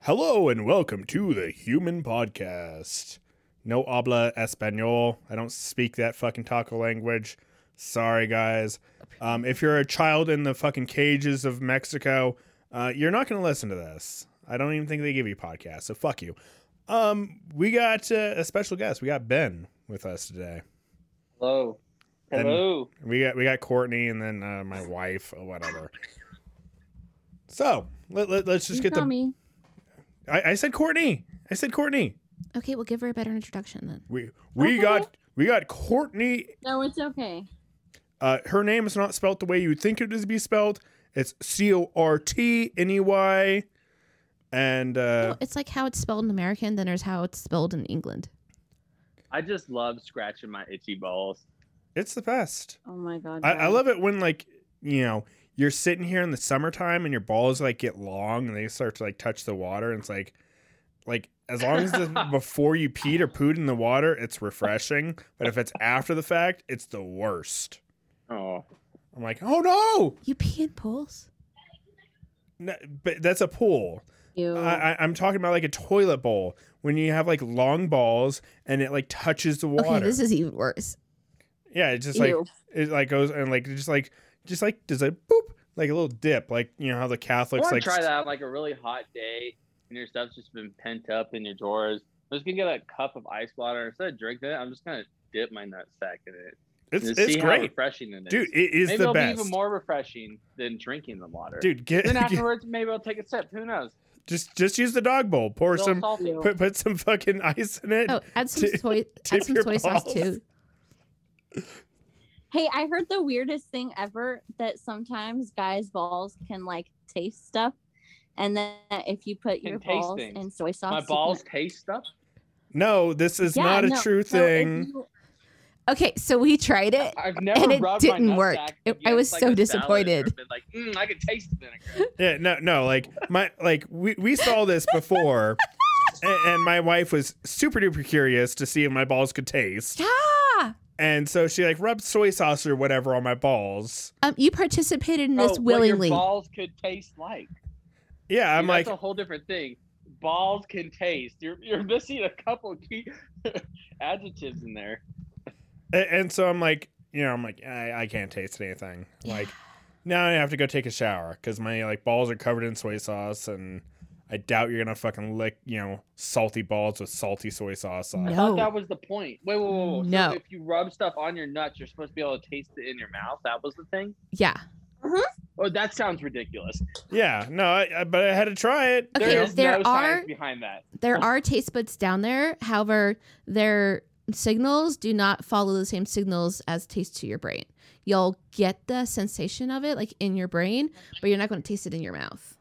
Hello and welcome to the Human Podcast. No habla español. I don't speak that fucking taco language. Sorry, guys. Um, if you're a child in the fucking cages of Mexico, uh, you're not going to listen to this. I don't even think they give you podcasts, so fuck you. Um, we got uh, a special guest. We got Ben with us today. Hello. And- Hello. We got we got Courtney and then uh, my wife or whatever. So let, let, us just You get tell the. me. I, I said Courtney. I said Courtney. Okay, we'll give her a better introduction then. We we Okay. got we got Courtney. No, it's okay. Uh, her name is not spelled the way you would think it is be spelled. It's C O R T N E Y, and uh, no, it's like how it's spelled in American, then there's how it's spelled in England. I just love scratching my itchy balls. it's the best. Oh my god. I, I love it when like you know you're sitting here in the summertime and your balls like get long and they start to like touch the water and it's like like as long as the, before you peed or pooed in the water it's refreshing but if it's after the fact it's the worst Oh. i'm like oh no, You pee in pools? no but that's a pool You. I, I, i'm talking about like a toilet bowl when you have like long balls and it like touches the water okay, this is even worse. yeah it's just like Ew. it like goes and like just like just like does a boop like a little dip like you know how the I catholics want to like try that on like a really hot day and your stuff's just been pent up in your drawers. I'm just going to get a cup of ice water. Instead of drinking it, I'm just going to dip my nutsack in it. It's and it's see how great, refreshing it is. dude. It is maybe the it'll best, be even more refreshing than drinking the water. dude. Get, Then get- afterwards, maybe I'll take a sip. Who knows? just just use the dog bowl. Pour It's all some, salty. put, put some fucking ice in it. Oh, add some Dip- soy dip add some your soy sauce balls. too. Hey, I heard the weirdest thing ever that sometimes guys' balls can like taste stuff. And then if you put Can your taste balls things. in soy sauce, My you can- balls taste stuff. No, this is Yeah, not a no, no, true if thing. you- Okay, so we tried it. I've never And it rubbed my didn't work. nutsack It- I against, was like, so a salad or disappointed. Been like, mm, I could taste the vinegar. Yeah, no, no. Like my like we we saw this before, and, and my wife was super duper curious to see if my balls could taste, Ah! and so she like rubbed soy sauce or whatever on my balls. Um, you participated in Bro, this Oh, What willingly. your balls could taste like. Yeah, I'm Dude, like, that's a whole different thing. Balls can taste. You're you're missing a couple key adjectives in there. A- And so I'm like, you know, I'm like, I, I can't taste anything. Yeah. Like, now I have to go take a shower because my like balls are covered in soy sauce, and I doubt you're gonna fucking lick, you know, salty balls with salty soy sauce. on. I No. thought that was the point. Wait, wait, wait, wait. So Oh. No. if you rub stuff on your nuts, you're supposed to be able to taste it in your mouth. That was the thing. yeah. Oh, that sounds ridiculous. Yeah, no, I, I, but I had to try it. Okay, there is there no are- science behind that. There are taste buds down there. However, their signals do not follow the same signals as taste to your brain. You'll get the sensation of it like in your brain, but you're not going to taste it in your mouth.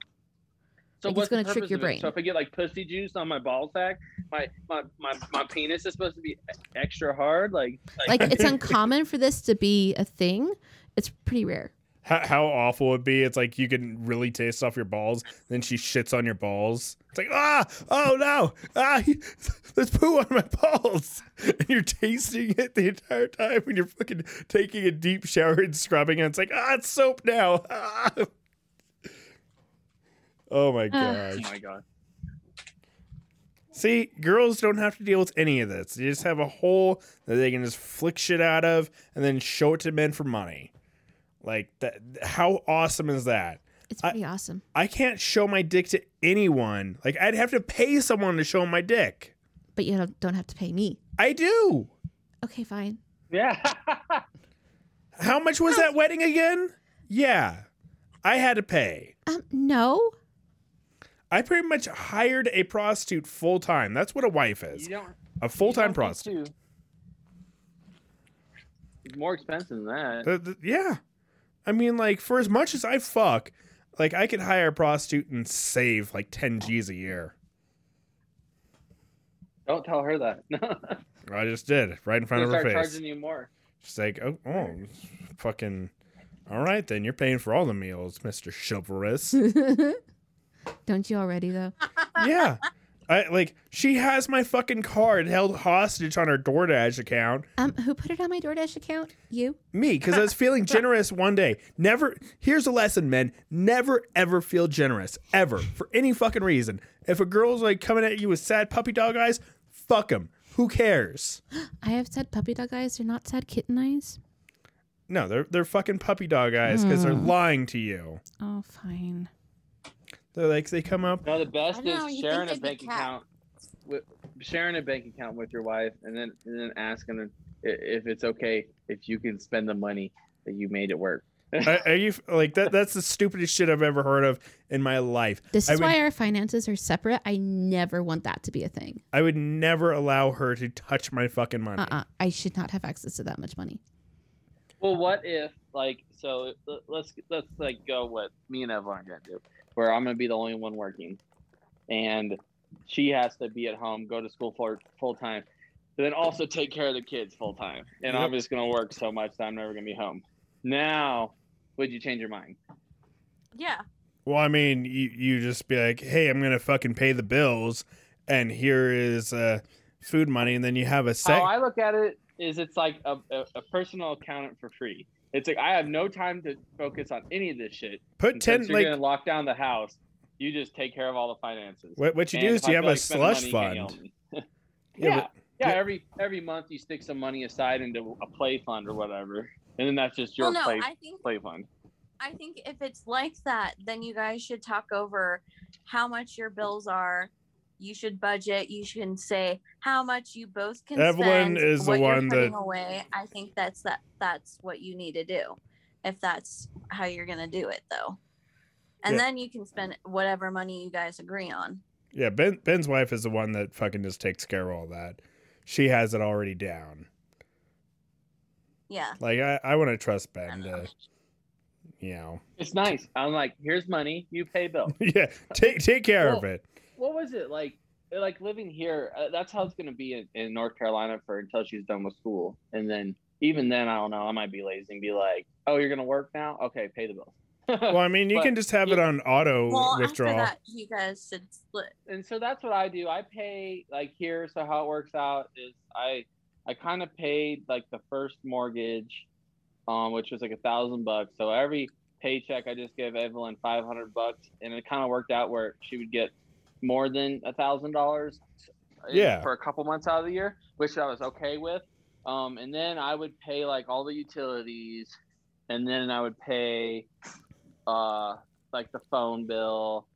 So Like, it's what's the gonna trick purpose your of it? brain. So if I get like pussy juice on my ball sack, my my, my, my penis is supposed to be extra hard. Like oh Like it's uncommon for this to be a thing. It's pretty rare. How, how awful it would be? It's like you can really taste off your balls. Then she shits on your balls. It's like ah, oh no, ah, there's poo on my balls, and you're tasting it the entire time when you're fucking taking a deep shower and scrubbing, and it's like ah, it's soap now. Ah. Oh my oh gosh. my god. See, girls don't have to deal with any of this. They just have a hole that they can just flick shit out of and then show it to men for money. Like that how awesome is that? It's I- pretty awesome. I can't show my dick to anyone. Like I'd have to pay someone to show my dick. But you don't, don't have to pay me. I do. Okay, fine. Yeah. How much was that wedding again? Yeah. I had to pay. Um, no. I pretty much hired a prostitute full time. That's what a wife You is. don't A full time You don't prostitute. think to- It's more expensive than that. The- the- yeah. I mean, like, for as much as I fuck, like, I could hire a prostitute and save like 10 G's a year. Don't tell her that. No. I just did right in front of They'll her start face. charging you more. She's like, oh, oh, fucking. All right, then you're paying for all the meals, Mr. Chivalrous. don't you already though? Uh, yeah. I like she has my fucking card held hostage on her DoorDash account. Um, who put it on my DoorDash account? You. Me, because I was feeling generous one day. Never. Here's a lesson, men: never ever feel generous ever for any fucking reason. If a girl's like coming at you with sad puppy dog eyes, fuck them. Who cares? I have sad puppy dog eyes. They're not sad kitten eyes. No, they're they're fucking puppy dog eyes because they're Hmm. lying to you. Oh, fine. They're like they come up. No, the best I know, is you sharing a think they'd bank be cat. account with sharing a bank account with your wife, and then and then asking her i- if it's okay if you can spend the money that you made at work. Are, are you like that? That's the stupidest shit I've ever heard of in my life. This I is would- why our finances are separate. I never want that to be a thing. I would never allow her to touch my fucking money. Uh Uh-uh. uh I should not have access to that much money. Well, what if like so? l- Let's let's like go what me and Evan are gonna do, where I'm gonna be the only one working, and she has to be at home, go to school for full time, but then also take care of the kids full time, and I'm Yep. just gonna work so much that I'm never gonna be home. Now, would you change your mind? Yeah. Well, I mean, you, you just be like, hey, I'm gonna fucking pay the bills, and here is uh, food money, and then you have a sec. How Oh, I look at it is it's like a, a, a personal accountant for free. It's like I have no time to focus on any of this shit. Put And ten since you're like gonna lock down the house, you just take care of all the finances. what, what you And do if is I you have feel a like spending slush money, you can't fund. yell at me. Yeah, Yeah, yeah, yeah. Every every month you stick some money aside into a play fund or whatever, and then that's just your well, Oh, no, play I think play fund. I think if it's like that, then you guys should talk over how much your bills are. You should budget. You should say how much you both can Evelyn spend. is the what you're one that- putting away. I think that's that. That's what you need to do, if that's how you're gonna do it, though. And Yeah. then you can spend whatever money you guys agree on. yeah. Ben Ben's wife is the one that fucking just takes care of all that. She has it already down. Yeah. Like I, I want to trust Ben I know. to, you know, It's nice. I'm like, here's money. You pay bill. yeah, take take care of it. what was it like? Like living here, uh, that's how it's gonna be in, in North Carolina for until she's done with school, and then even then, I don't know. I might be lazy and be like, oh, you're gonna work now? Okay, pay the bill. Well, I mean, you But can just have it you- on auto Well, withdrawal. after that, you guys should split. and so that's what I do. I pay like here. So how it works out is I I kind of paid like the first mortgage, um, which was like a thousand bucks. So every paycheck, I just gave Evelyn five hundred bucks, and it kind of worked out where she would get more than a thousand dollars. eh, Yeah. For a couple months out of the year, which I was okay with. Um, and then I would pay like all the utilities, and then I would pay, uh, like the phone bill,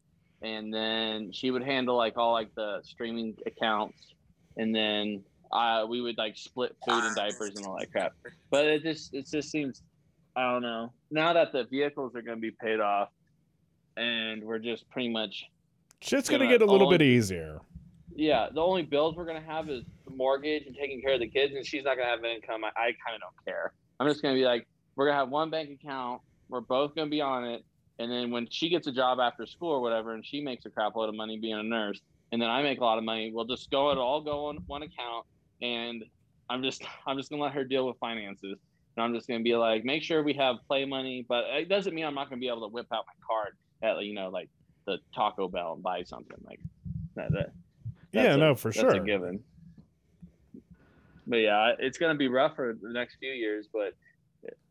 and then she would handle like all like the streaming accounts, and then I we would like split food and diapers and all that crap. But it just it just seems I don't know. Now that the vehicles are going to be paid off, and we're just pretty much Shit's gonna gonna get a little only- bit easier. yeah, the only bills we're gonna have is the mortgage and taking care of the kids, and she's not gonna have an income. I, I kind of don't care. I'm just gonna be like, we're gonna have one bank account. We're both gonna be on it, and then when she gets a job after school or whatever, and she makes a crap load of money being a nurse, and then I make a lot of money, we'll just go it all go on one account, and I'm just I'm just gonna let her deal with finances, and I'm just gonna be like, make sure we have play money, but it doesn't mean I'm not gonna be able to whip out my card at you know like the Taco Bell and buy something like that. that Yeah, that's a- no, for that's sure. a given. But yeah, it's gonna be rough for the next few years. But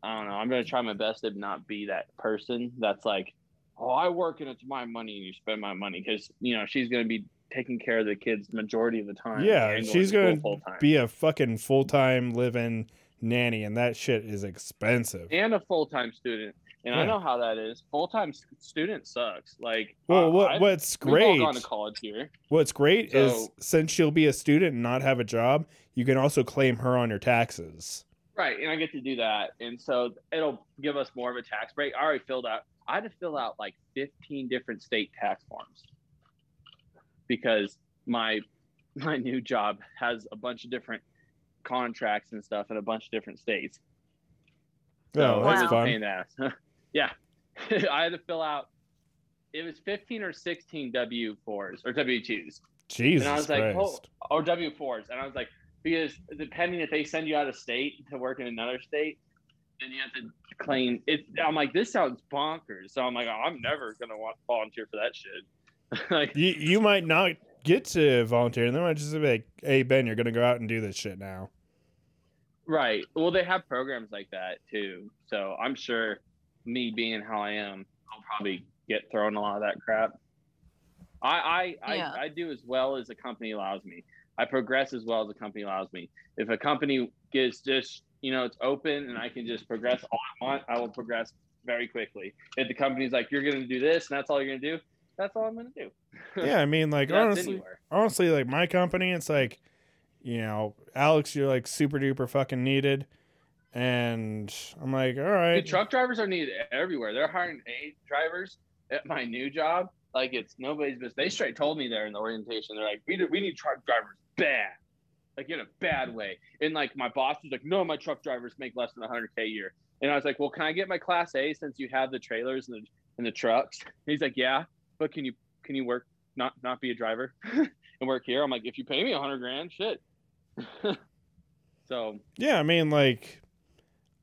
I don't know. I'm gonna try my best to not be that person that's like, oh, I work and it's my money and you spend my money because you know she's gonna be taking care of the kids majority of the time. Yeah, and going she's to school gonna full-time. Be a fucking full time living nanny, and that shit is expensive. and a full time student. And I Yeah. know how that is. Full time student sucks. Like, Well, uh, what I've- what's we've all great? gone to college here. What's great is So- since she'll be a student and not have a job, you can also claim her on your taxes. Right, and I get to do that, and so it'll give us more of a tax break. I already filled out. I had to fill out like 15 different state tax forms because my my new job has a bunch of different contracts and stuff in a bunch of different states. Oh, Wow. that's it's a pain fun. in the ass. yeah, I had to fill out. It was 15 or 16 W fours or W twos Jesus and I was like, Christ. oh, or W fours, and I was like, because depending if they send you out of state to work in another state, then you have to claim it. I'm like, this sounds bonkers. So I'm like, I'm never gonna want to volunteer for that shit. like, you you might not get to volunteer, and then I just be like, "Hey Ben, you're gonna go out and do this shit now." Right. Well, they have programs like that too. So I'm sure me being how I am, I'll probably get thrown a lot of that crap. I I, Yeah. I, I do as well as the company allows me. I progress as well as the company allows me. If a company gets just you know it's open and I can just progress all I want, I will progress very quickly. If the company's like you're going to do this and that's all you're going to do, that's all I'm going to do. Yeah, I mean, like That's honestly, anywhere. honestly, like my company, it's like, you know, Alex, you're like super duper fucking needed, and I'm like, all right, Dude, truck drivers are needed everywhere. They're hiring aid drivers at my new job. Like it's nobody's business. They straight told me there in the orientation. They're like, we, do, we need truck drivers bad, like in a bad way. And like my boss was like, no, my truck drivers make less than 100k a year. And I was like, well, can I get my class A since you have the trailers and the and the trucks? And he's like, yeah, but can you can you work not not be a driver and work here? I'm like, if you pay me 100 grand, shit. so yeah, I mean, like,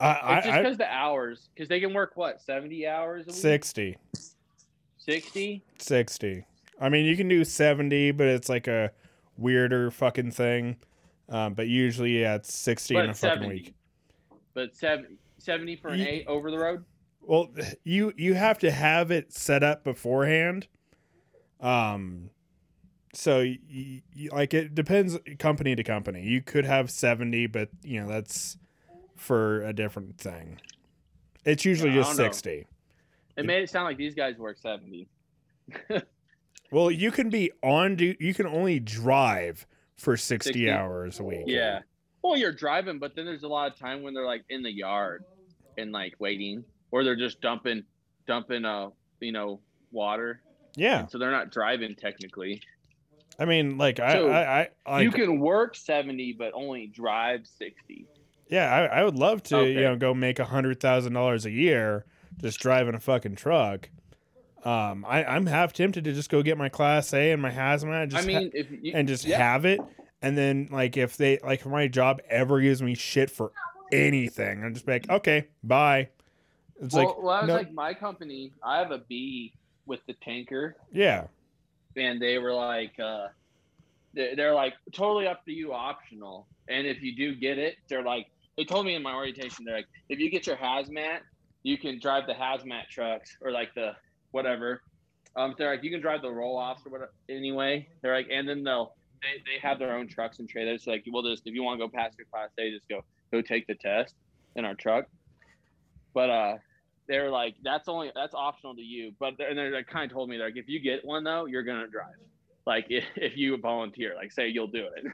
I, I, it's just I because the hours, because they can work what seventy hours a week, 60, sixty. 60. I mean, you can do seventy, but it's like a weirder fucking thing. Um, but usually, yeah, it's sixty in a But fucking 70. week. But 70, 70 for an Ye- eight over the road. Well, you you have to have it set up beforehand. Um so y y like it depends company to company. You could have 70, but you know, that's for a different thing. It's usually Yeah, I just don't know. 60. It made it sound like these guys work seventy. Well, you can be on du- you can only drive for 60, 60? hours a week. Yeah. Well, you're driving, but then there's a lot of time when they're like in the yard and like waiting, or they're just dumping, dumping uh, you know, water. Yeah. So they're not driving technically. I mean, like I So, I, I, like, you can work seventy, but only drive sixty. yeah, I, I would love to, you Okay. know, go make a hundred thousand dollars a year just driving a fucking truck. Um, I, I'm half tempted to just go get my class A and my hazmat, just I ha- mean, if you, and just yeah. have it. And then, like, if they like if my job ever gives me shit for anything, I'm just like, okay, bye. It's well, like, well, I was no- like my company. I have a B with the tanker, yeah, and they were like uh they- they're like totally up to you optional and if you do get it they're like they told me in my orientation they're like if you get your hazmat you can drive the hazmat trucks or like the whatever um they're like you can drive the roll-offs or whatever anyway they're like and then they'll they, they have their own trucks and trailers so like well just if you want to go past your class a just go go take the test in our truck but uh they're like, that's only that's optional to you. But they're, and they're like, kind of told me like, if you get one though, you're gonna drive. Like if, if you volunteer, like say you'll do it.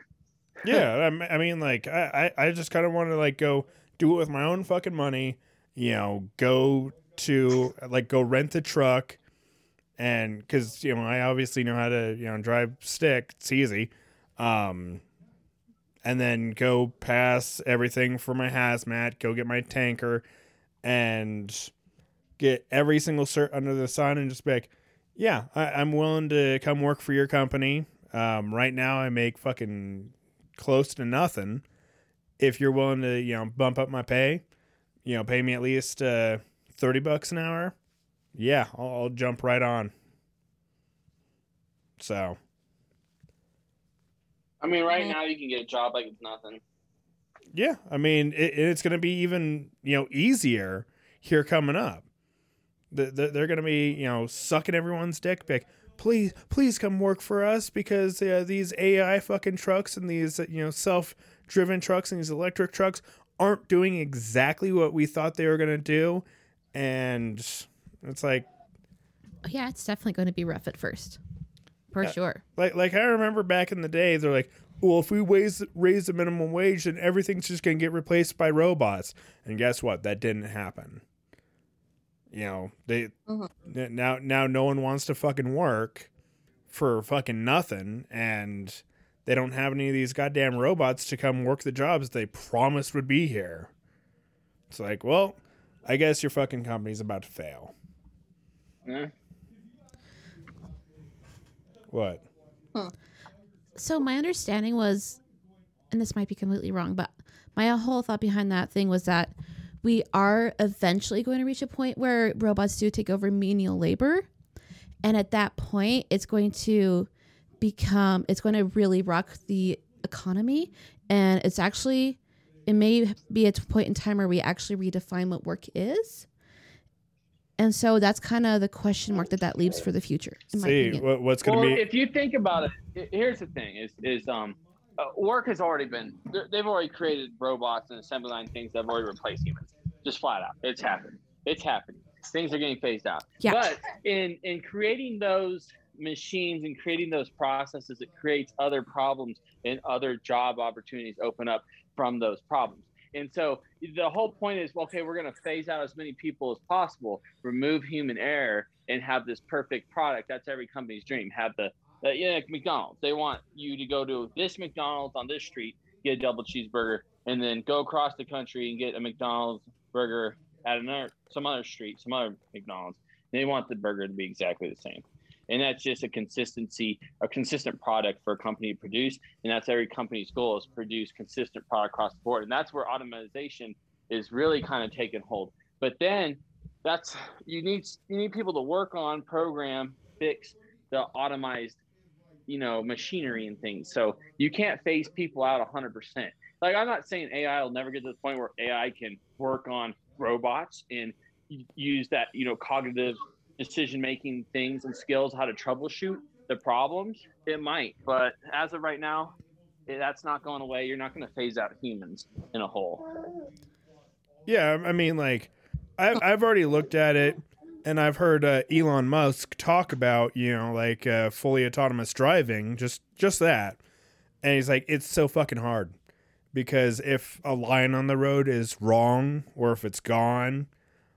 yeah. I m- I, mean, like, I I, I just kind of want to like go do it with my own fucking money. You know, go to like go rent the truck, and because you know I obviously know how to you know drive stick. It's easy. Um, and then go pass everything for my hazmat. Go get my tanker, and get every single cert under the sun, and just be like, yeah, I, I'm willing to come work for your company. Um, right now I make fucking close to nothing. If you're willing to you know bump up my pay, you know pay me at least uh, thirty bucks an hour. Yeah, I'll, I'll jump right on. So I mean, right Mhm. now you can get a job like it's nothing. yeah, I mean it, it's going to be even you know easier here coming up. The- the- They're going to be you know sucking everyone's dick pic. Please, please come work for us because uh, these AI fucking trucks and these uh, you know self-driven trucks and these electric trucks aren't doing exactly what we thought they were going to do, and it's like Oh, Yeah, it's definitely going to be rough at first, for Yeah. sure. Like like I remember back in the day, they're like, well, if we raise raise the minimum wage, then everything's just gonna get replaced by robots. And guess what? That didn't happen. You know they Mhm. n- now now no one wants to fucking work for fucking nothing, and they don't have any of these goddamn robots to come work the jobs they promised would be here. It's like, well, I guess your fucking company's about to fail. Yeah. What? So my understanding was, and this might be completely wrong, but my whole thought behind that thing was that we are eventually going to reach a point where robots do take over menial labor, and at that point, it's going to become it's going to really rock the economy and it's actually it may be a point in time where we actually redefine what work is and so that's kind of the question mark that that leaves for the future in my See opinion. what, what's going well, to be. if you think about it, i- here's the thing: is is um, uh, work has already been they're- they've already created robots and assembly line things that have already replaced humans. Just flat out, it's happened. It's happening. Things are getting phased out. Yeah. But in in creating those machines and creating those processes, it creates other problems and other job opportunities open up from those problems. And so the whole point is, okay, we're going to phase out as many people as possible, remove human error, and have this perfect product. That's every company's dream. Have the, the yeah, like McDonald's. They want you to go to this McDonald's on this street, get a double cheeseburger, and then go across the country and get a McDonald's burger at another some other street, some other McDonald's. They want the burger to be exactly the same. And that's just a consistency, a consistent product for a company to produce and that's every company's goal is produce consistent product across the board and that's where automation is really kind of taking hold but then that's you need you need people to work on program fix the automized you know machinery and things so you can't phase people out 100% like i'm not saying ai will never get to the point where ai can work on robots and y- use that you know cognitive decision making things and skills how to troubleshoot the problems it might but as of right now eh, that's not going away you're not going to phase out humans in a whole Yeah, I mean, like, I've I've already looked at it, and I've heard uh, Elon Musk talk about you know like uh, fully autonomous driving, just just that, and he's like, it's so fucking hard because if a line on the road is wrong, or if it's gone,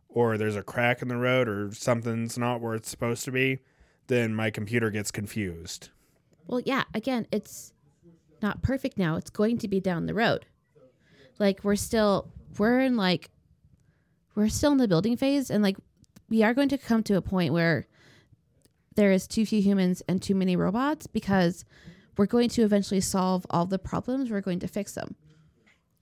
or there's a crack in the road, or something's not where it's supposed to be, then my computer gets confused. Well, yeah, again, it's not perfect now. It's going to be down the road. Like we're still we're in like we're still in the building phase and like we are going to come to a point where there is too few humans and too many robots because we're going to eventually solve all the problems. We're going to fix them.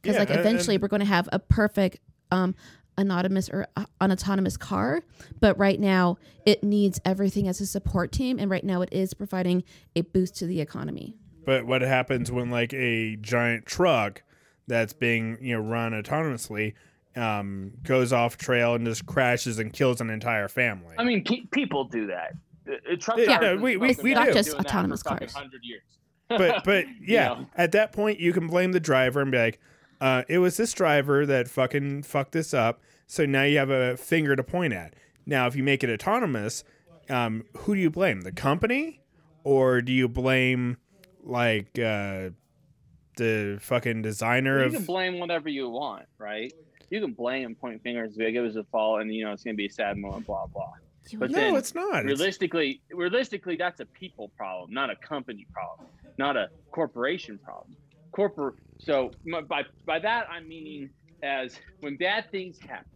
Because Yeah, like and- eventually we're going to have a perfect um anonymous or uh, an autonomous car, but right now it needs everything as a support team and right now it is providing a boost to the economy. But what happens when like a giant truck that's being you know run autonomously um, goes off trail and just crashes and kills an entire family? i mean pe- people do that Eh, eh, truck Yeah, drivers no, and we- we- fucking we guys do. have been Just doing that for autonomous fucking cars. 100 years but but yeah, know. at that point you can blame the driver and be like, uh, it was this driver that fucking fucked this up. So now you have a finger to point at. Now if you make it autonomous, um, who do you blame? The company, or do you blame like uh, the fucking designer you of? can blame whatever you want right you can blame and point fingers and be like it was a fault and you know it's going to be a sad moment blah blah But no, then it's not. It's- realistically realistically that's a people problem not a company problem not a corporation problem corporate so my, by by that i'm meaning as when bad things happen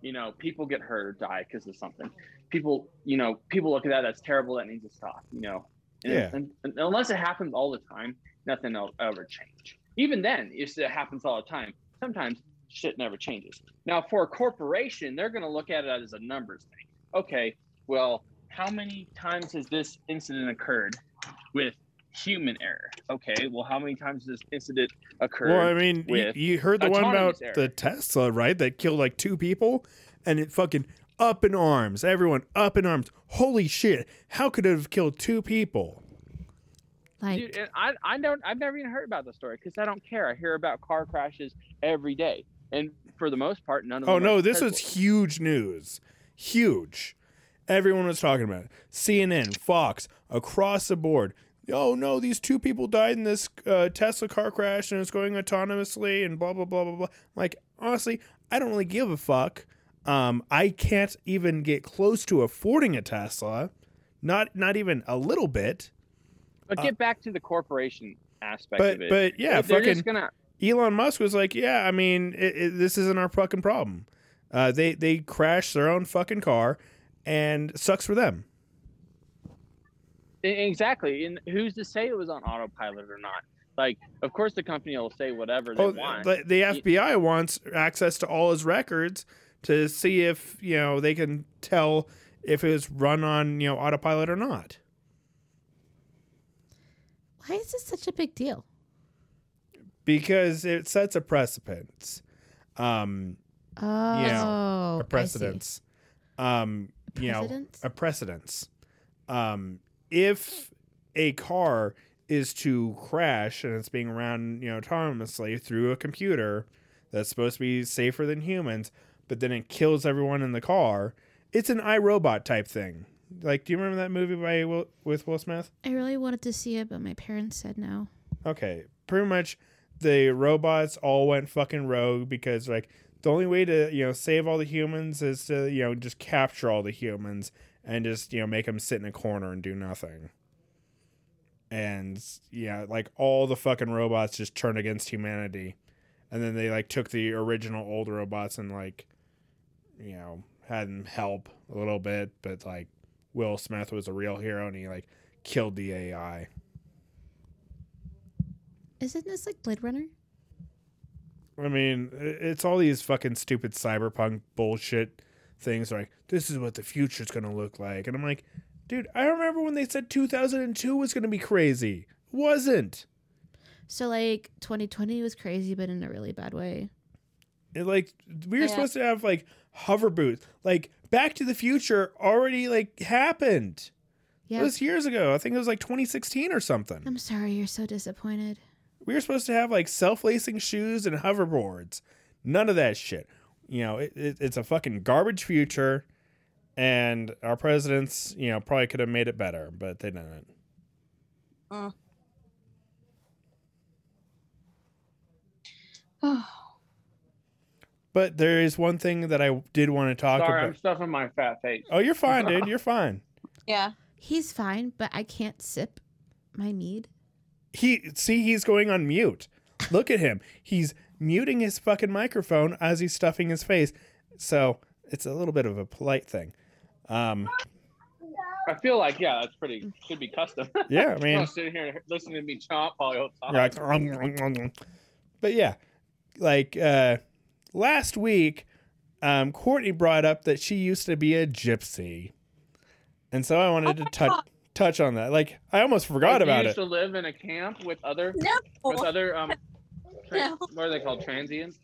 you know people get hurt or die because of something people you know people look at that that's terrible that needs to stop you know and, Yeah. and- and unless it happens all the time nothing will ever change even then if it happens all the time sometimes shit never changes now for a corporation they're going to look at it as a numbers thing okay well, how many times has this incident occurred with human error? Okay, well, how many times has this incident occurred? Well, I mean, you, with you heard the one about autonomous error. the Tesla, right? That killed like two people, and it fucking up in arms. Everyone up in arms. Holy shit! How could it have killed two people? Like Dude, and I, I don't, I've never even heard about the story because I don't care. I hear about car crashes every day, and for the most part, none of them. Oh are no, this was successful. huge news. Huge. Everyone was talking about it. CNN, Fox, across the board. Oh no, these two people died in this uh, Tesla car crash and it's going autonomously and blah blah blah blah blah. Like honestly, I don't really give a fuck. Um, I can't even get close to affording a Tesla. Not not even a little bit. But get back to the corporation aspect uh, But of it. but yeah, they're fucking just gonna. Elon Musk was like, "Yeah, I mean, it, it, this isn't our fucking problem. Uh, they they crashed their own fucking car, and sucks for them." E- Exactly. And who's to say it was on autopilot or not? Like, of course, the company will say whatever they Oh, want. the, the FBI wants access to all his records to see if you know they can tell if it was run on you know autopilot or not. Why is this such a big deal? because it sets a precedence. Um, Oh, a I see. precedence. Um, you know, Precedence? a precedence. Um, if a car is to crash and it's being run, you know, autonomously through a computer that's supposed to be safer than humans, but then it kills everyone in the car, it's an iRobot type thing. Like, do you remember that movie by Will, with Will Smith? I really wanted to see it, but my parents said no. Okay, pretty much the robots all went fucking rogue because like the only way to you know save all the humans is to you know just capture all the humans and just you know make them sit in a corner and do nothing. And yeah, like all the fucking robots just turned against humanity, and then they like took the original old robots and like you know had them help a little bit, but like Will Smith was a real hero and he like killed the AI. Isn't this like Blade Runner? I mean, i- it's all these fucking stupid cyberpunk bullshit things like this is what the future's going to look like. And I'm like, dude, I remember when they said 2002 was going to be crazy. It wasn't. So like 2020 was crazy, but in a really bad way. It, like we were Yeah. supposed to have like hover boots. Like Back to the Future already like happened. Yeah. It was years ago. I think it was like 2016 or something. I'm sorry, you're so disappointed. we were supposed to have like self-lacing shoes and hoverboards none of that shit you know it, it, it's a fucking garbage future and our presidents you know probably could have made it better but they didn't but there is one thing that i did want to talk Sorry, I'm about stuffing my fat face. oh you're fine dude you're fine yeah. He's fine, but I can't sip my mead. he see he's going on mute look at him he's muting his fucking microphone as he's stuffing his face so it's a little bit of a polite thing um I feel like yeah, that's Mm. pretty. Should be custom. yeah i I'm mean sitting here and listening to me chomp all the time. You're like, "Um, um, um, um." but yeah, like uh, last week, um, Courtney brought up that she used to be a gypsy, and so I wanted Oh to my touch God. touch on that. Like I almost forgot Like, about you it. used to live in a camp with other No. with other um. Tra- No. What are they called? Transients.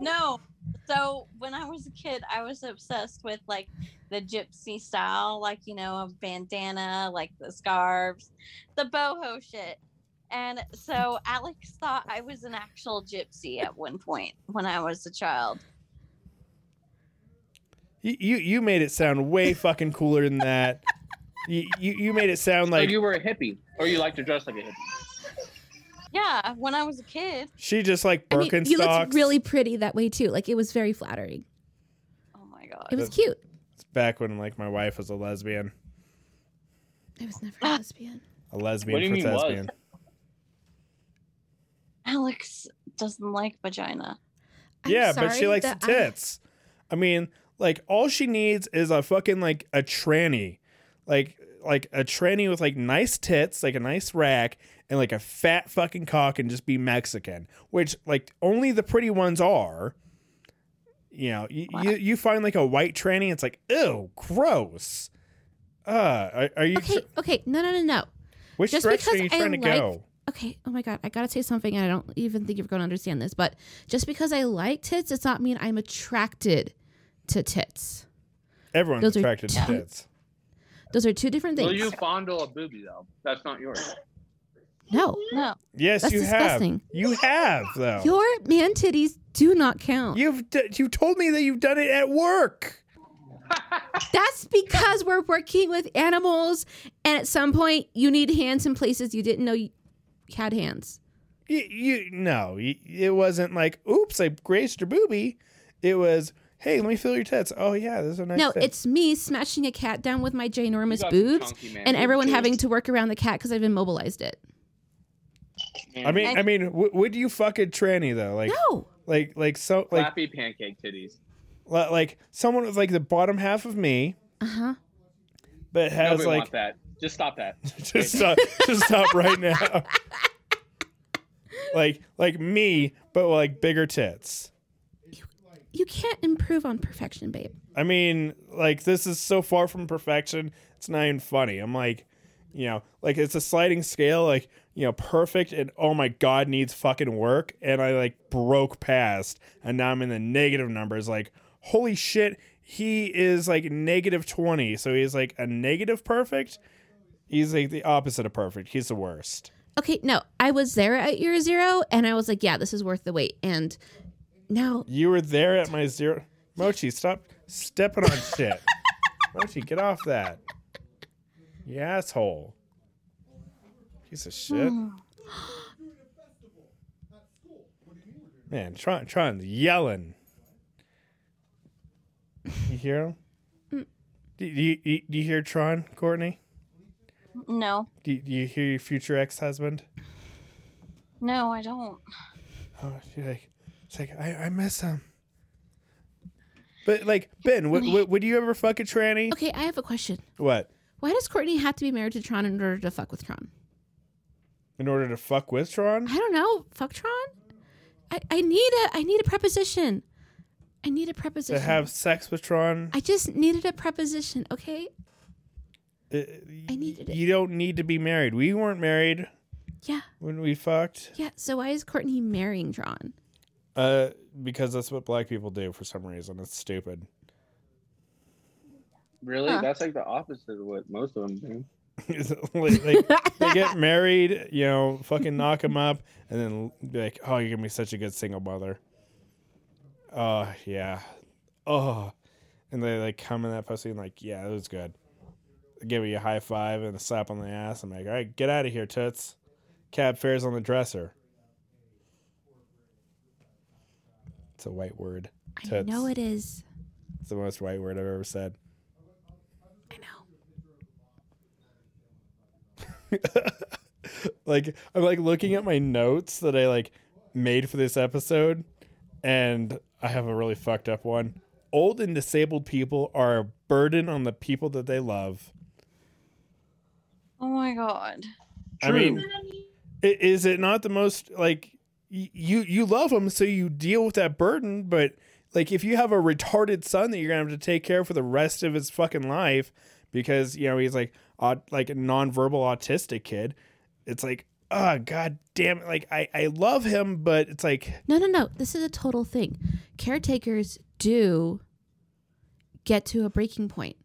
No. So when I was a kid, I was obsessed with like the gypsy style, like you know, of bandana, like the scarves, the boho shit. And so Alex thought I was an actual gypsy at one point when I was a child. You, you you made it sound way fucking cooler than that. You, you you made it sound Like like you were a hippie, or you like to dress like a hippie. Yeah, when I was a kid. she just like I mean, Birkenstocks. you looked really pretty that way too. Like it was very flattering. Oh my god. It was Uh, cute. It's back when like my wife was a lesbian, I was never Ah. a lesbian. a What do lesbian you for mean was? lesbian. Alex doesn't like vagina. I'm yeah, but she sorry likes the that I- tits. I... mean, like all she needs is a fucking like a tranny, like like a tranny with like nice tits, like a nice rack, and like a fat fucking cock, and just be Mexican, which like only the pretty ones are. You know, you Wow. you, you find like a white tranny, it's like ew, gross. Uh, are, are you? Okay, okay, no, no, no, no. which just direction are you because I trying to like- go? Okay, oh my god, I gotta say something, and I don't even think you're gonna understand this, but just because I like tits, it's not mean I'm attracted to tits. Everyone's those are attracted to two- tits. Those are two different things. Will you fondle a boobie though? That's not yours. No, No. Yes, That's you disgusting. have. You have though. your man titties do not count. You've d- you told me that you've done it at work. That's because we're working with animals, and at some point, you need hands in places you didn't know you had hands. You, you no, y it wasn't like oops, I grazed your booby. It was hey, let me feel your tits. Oh yeah, those are nice. No, tits. it's me smashing a cat down with my You ginormous got some boobs, chunky man and boobs, everyone too. having to work around the cat because I've immobilized it. Man, I mean, I mean, w- would you fuck a tranny though? Like, No, like, like so, like, flappy pancake titties. li- like someone with like the bottom half of me, uh huh. but Nobody has wants like that. Just stop that. just stop, just stop right now. like, like me, but with, like bigger tits. You can't improve on perfection, babe. I mean, like this is so far from perfection. It's not even funny. I'm like, you know like it's a sliding scale like you know perfect and oh my god needs fucking work and i like broke past and now i'm in the negative numbers like holy shit he is like negative 20 so he's like a negative perfect he's like the opposite of perfect he's the worst Okay, no, I was there at year zero, and I was like, yeah, this is worth the wait. And now, you were there at my zero mochi stop stepping on shit mochi get off that you asshole piece of shit Man, Tron, Tron's yelling. You hear him? Do you, do, you, do you hear Tron, Courtney? No, Do you, do you hear your future ex-husband? no, I don't. Oh, she's like, she's like, I, I miss him. But like Ben, w- w- would you ever fuck a tranny? okay, I have a question. What? Why does Courtney have to be married to Tron in order to fuck with Tron? In order to fuck with Tron? I don't know. Fuck Tron. I, I need a I need a preposition. I need a preposition. To have sex with Tron? I just needed a preposition. Okay. Uh, I needed it. You don't need to be married. We weren't married Yeah. when we fucked. Yeah. So why is Courtney marrying Tron? Uh, because that's what black people do for some reason. It's stupid. Really? Huh. That's like the opposite of what most of them do. like, like, they get married, you know, fucking knock him up, and then be like, oh, you're gonna be such a good single mother. Oh yeah, oh, and they like come in that pussy and like, yeah, it was good. They give you a high five and a slap on the ass. I'm like, all right, get out of here, toots. Cab fares on the dresser. It's a white word. I Tits. know it is. It's the most white word I've ever said. I know. like I'm like looking at my notes that I like made for this episode, and I have a really fucked up one. Old and disabled people are a burden on the people that they love. Oh my god. I mean, i- is it not the most like y- you you love them so you deal with that burden, but like if you have a retarded son that you're gonna have to take care of for the rest of his fucking life because you know he's like aut- like a nonverbal autistic kid, it's like oh god damn it, like I I love him, but it's like No, no, no. This is a total thing. Caretakers do get to a breaking point.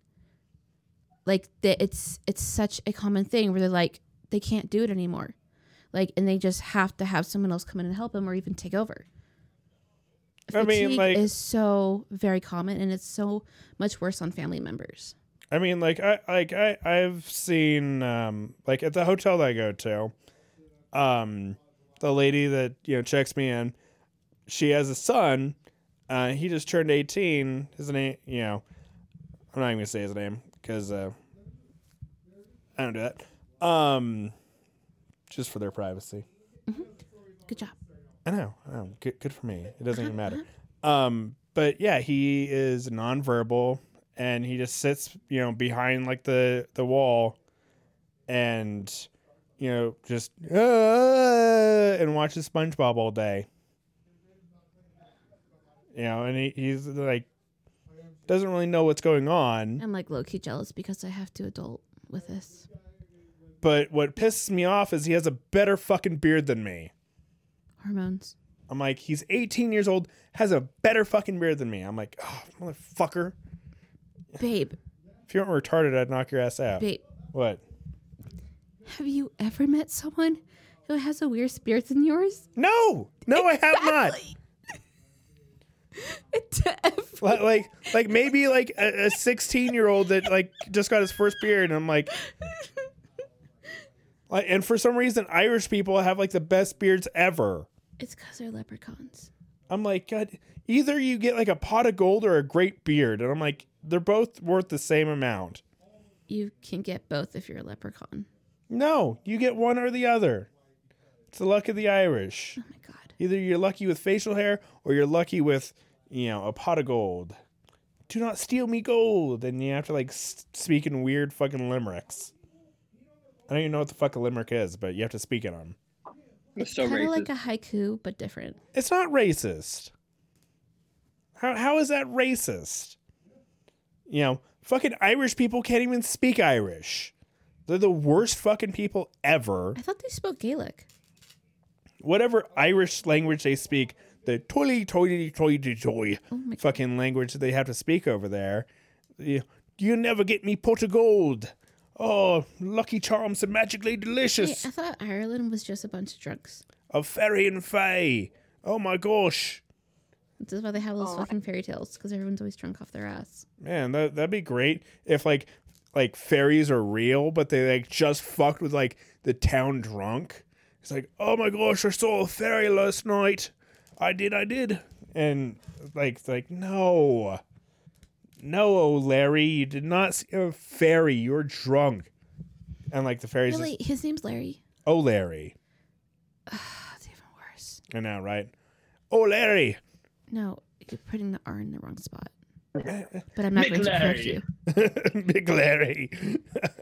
Like that it's it's such a common thing where they're like they can't do it anymore. Like and they just have to have someone else come in and help them or even take over. I mean, Fatigue like- is so very common and it's so much worse on family members. I mean, like I like I I've seen um like at the hotel that I go to, um, the lady that you know checks me in, she has a son. Uh, he just turned eighteen. His name, you know, I'm not even gonna say his name because uh, I don't do that. Um, just for their privacy. Good job. I know. I know. Good, good for me. It doesn't even matter. Um, but yeah, he is nonverbal, and he just sits, you know, behind like the the wall, and you know, just uh, and watches SpongeBob all day. You know, and he, he's like doesn't really know what's going on. I'm like low key jealous because I have to adult with this. But what pisses me off is he has a better fucking beard than me. Hormones. I'm like, he's 18 years old, has a better fucking beard than me. I'm like, oh, motherfucker. Babe, If you weren't retarded, I'd knock your ass out. babe, What? Have you ever met someone who has a weirder spirit than yours? No, no, I have not. To ev- Li- Like, like maybe like a 16 year old that like just got his first beard, and I'm like, like, and for some reason, Irish people have like the best beards ever. it's because they're leprechauns. I'm like, God, either you get like a pot of gold or a great beard, and I'm like, they're both worth the same amount. You can get both if you're a leprechaun. No, you get one or the other. It's the luck of the Irish. Oh my god. Either you're lucky with facial hair or you're lucky with, you know, a pot of gold. Do not steal me gold. And you have to like s- speak in weird fucking limericks. I don't even know what the fuck a limerick is, but you have to speak in them. It's so Kind racist. of like a haiku, but different. It's not racist. How how is that racist? You know, fucking Irish people can't even speak Irish. They're the worst fucking people ever. I thought they spoke Gaelic. Whatever Irish language they speak, the toily toily toily toy Oh my god. fucking language that they have to speak over there. You, you never get me pot of gold. Oh, Lucky Charms are magically Wait, delicious. I thought Ireland was just a bunch of drunks. A fairy and fae. Oh my gosh. This is why they have all those Oh, I- fucking fairy tales because everyone's always drunk off their ass. Man, that that'd be great if like like fairies are real, but they like just fucked with like the town drunk. It's like, oh my gosh, I saw a fairy last night. I did, I did, and like it's like no, no, oh Larry, you did not see a fairy. You're drunk, and like the fairies, Really, just, his name's Larry. oh Larry, That's even worse. I know, right? Oh Larry, No, you're putting the R in the wrong spot. But I'm not going to correct McLarry. you. Big Larry.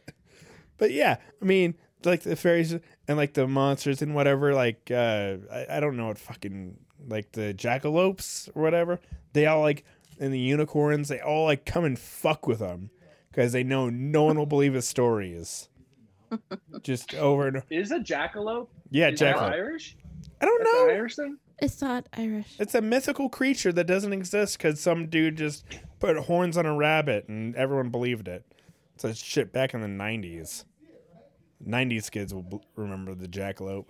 but yeah, I mean, like the fairies and like the monsters and whatever, like uh I, I don't know what fucking like the jackalopes or whatever. They all like and the unicorns, they all like come and fuck with them because they know no one will believe his stories. Just over and Is a jackalope? yeah, is that jackalope. Irish? I don't That's know. an Irish thing. It's not Irish. It's a mythical creature that doesn't exist because some dude just put horns on a rabbit and everyone believed it. It's a shit back in the 90s. 90s kids will bl- remember the jackalope.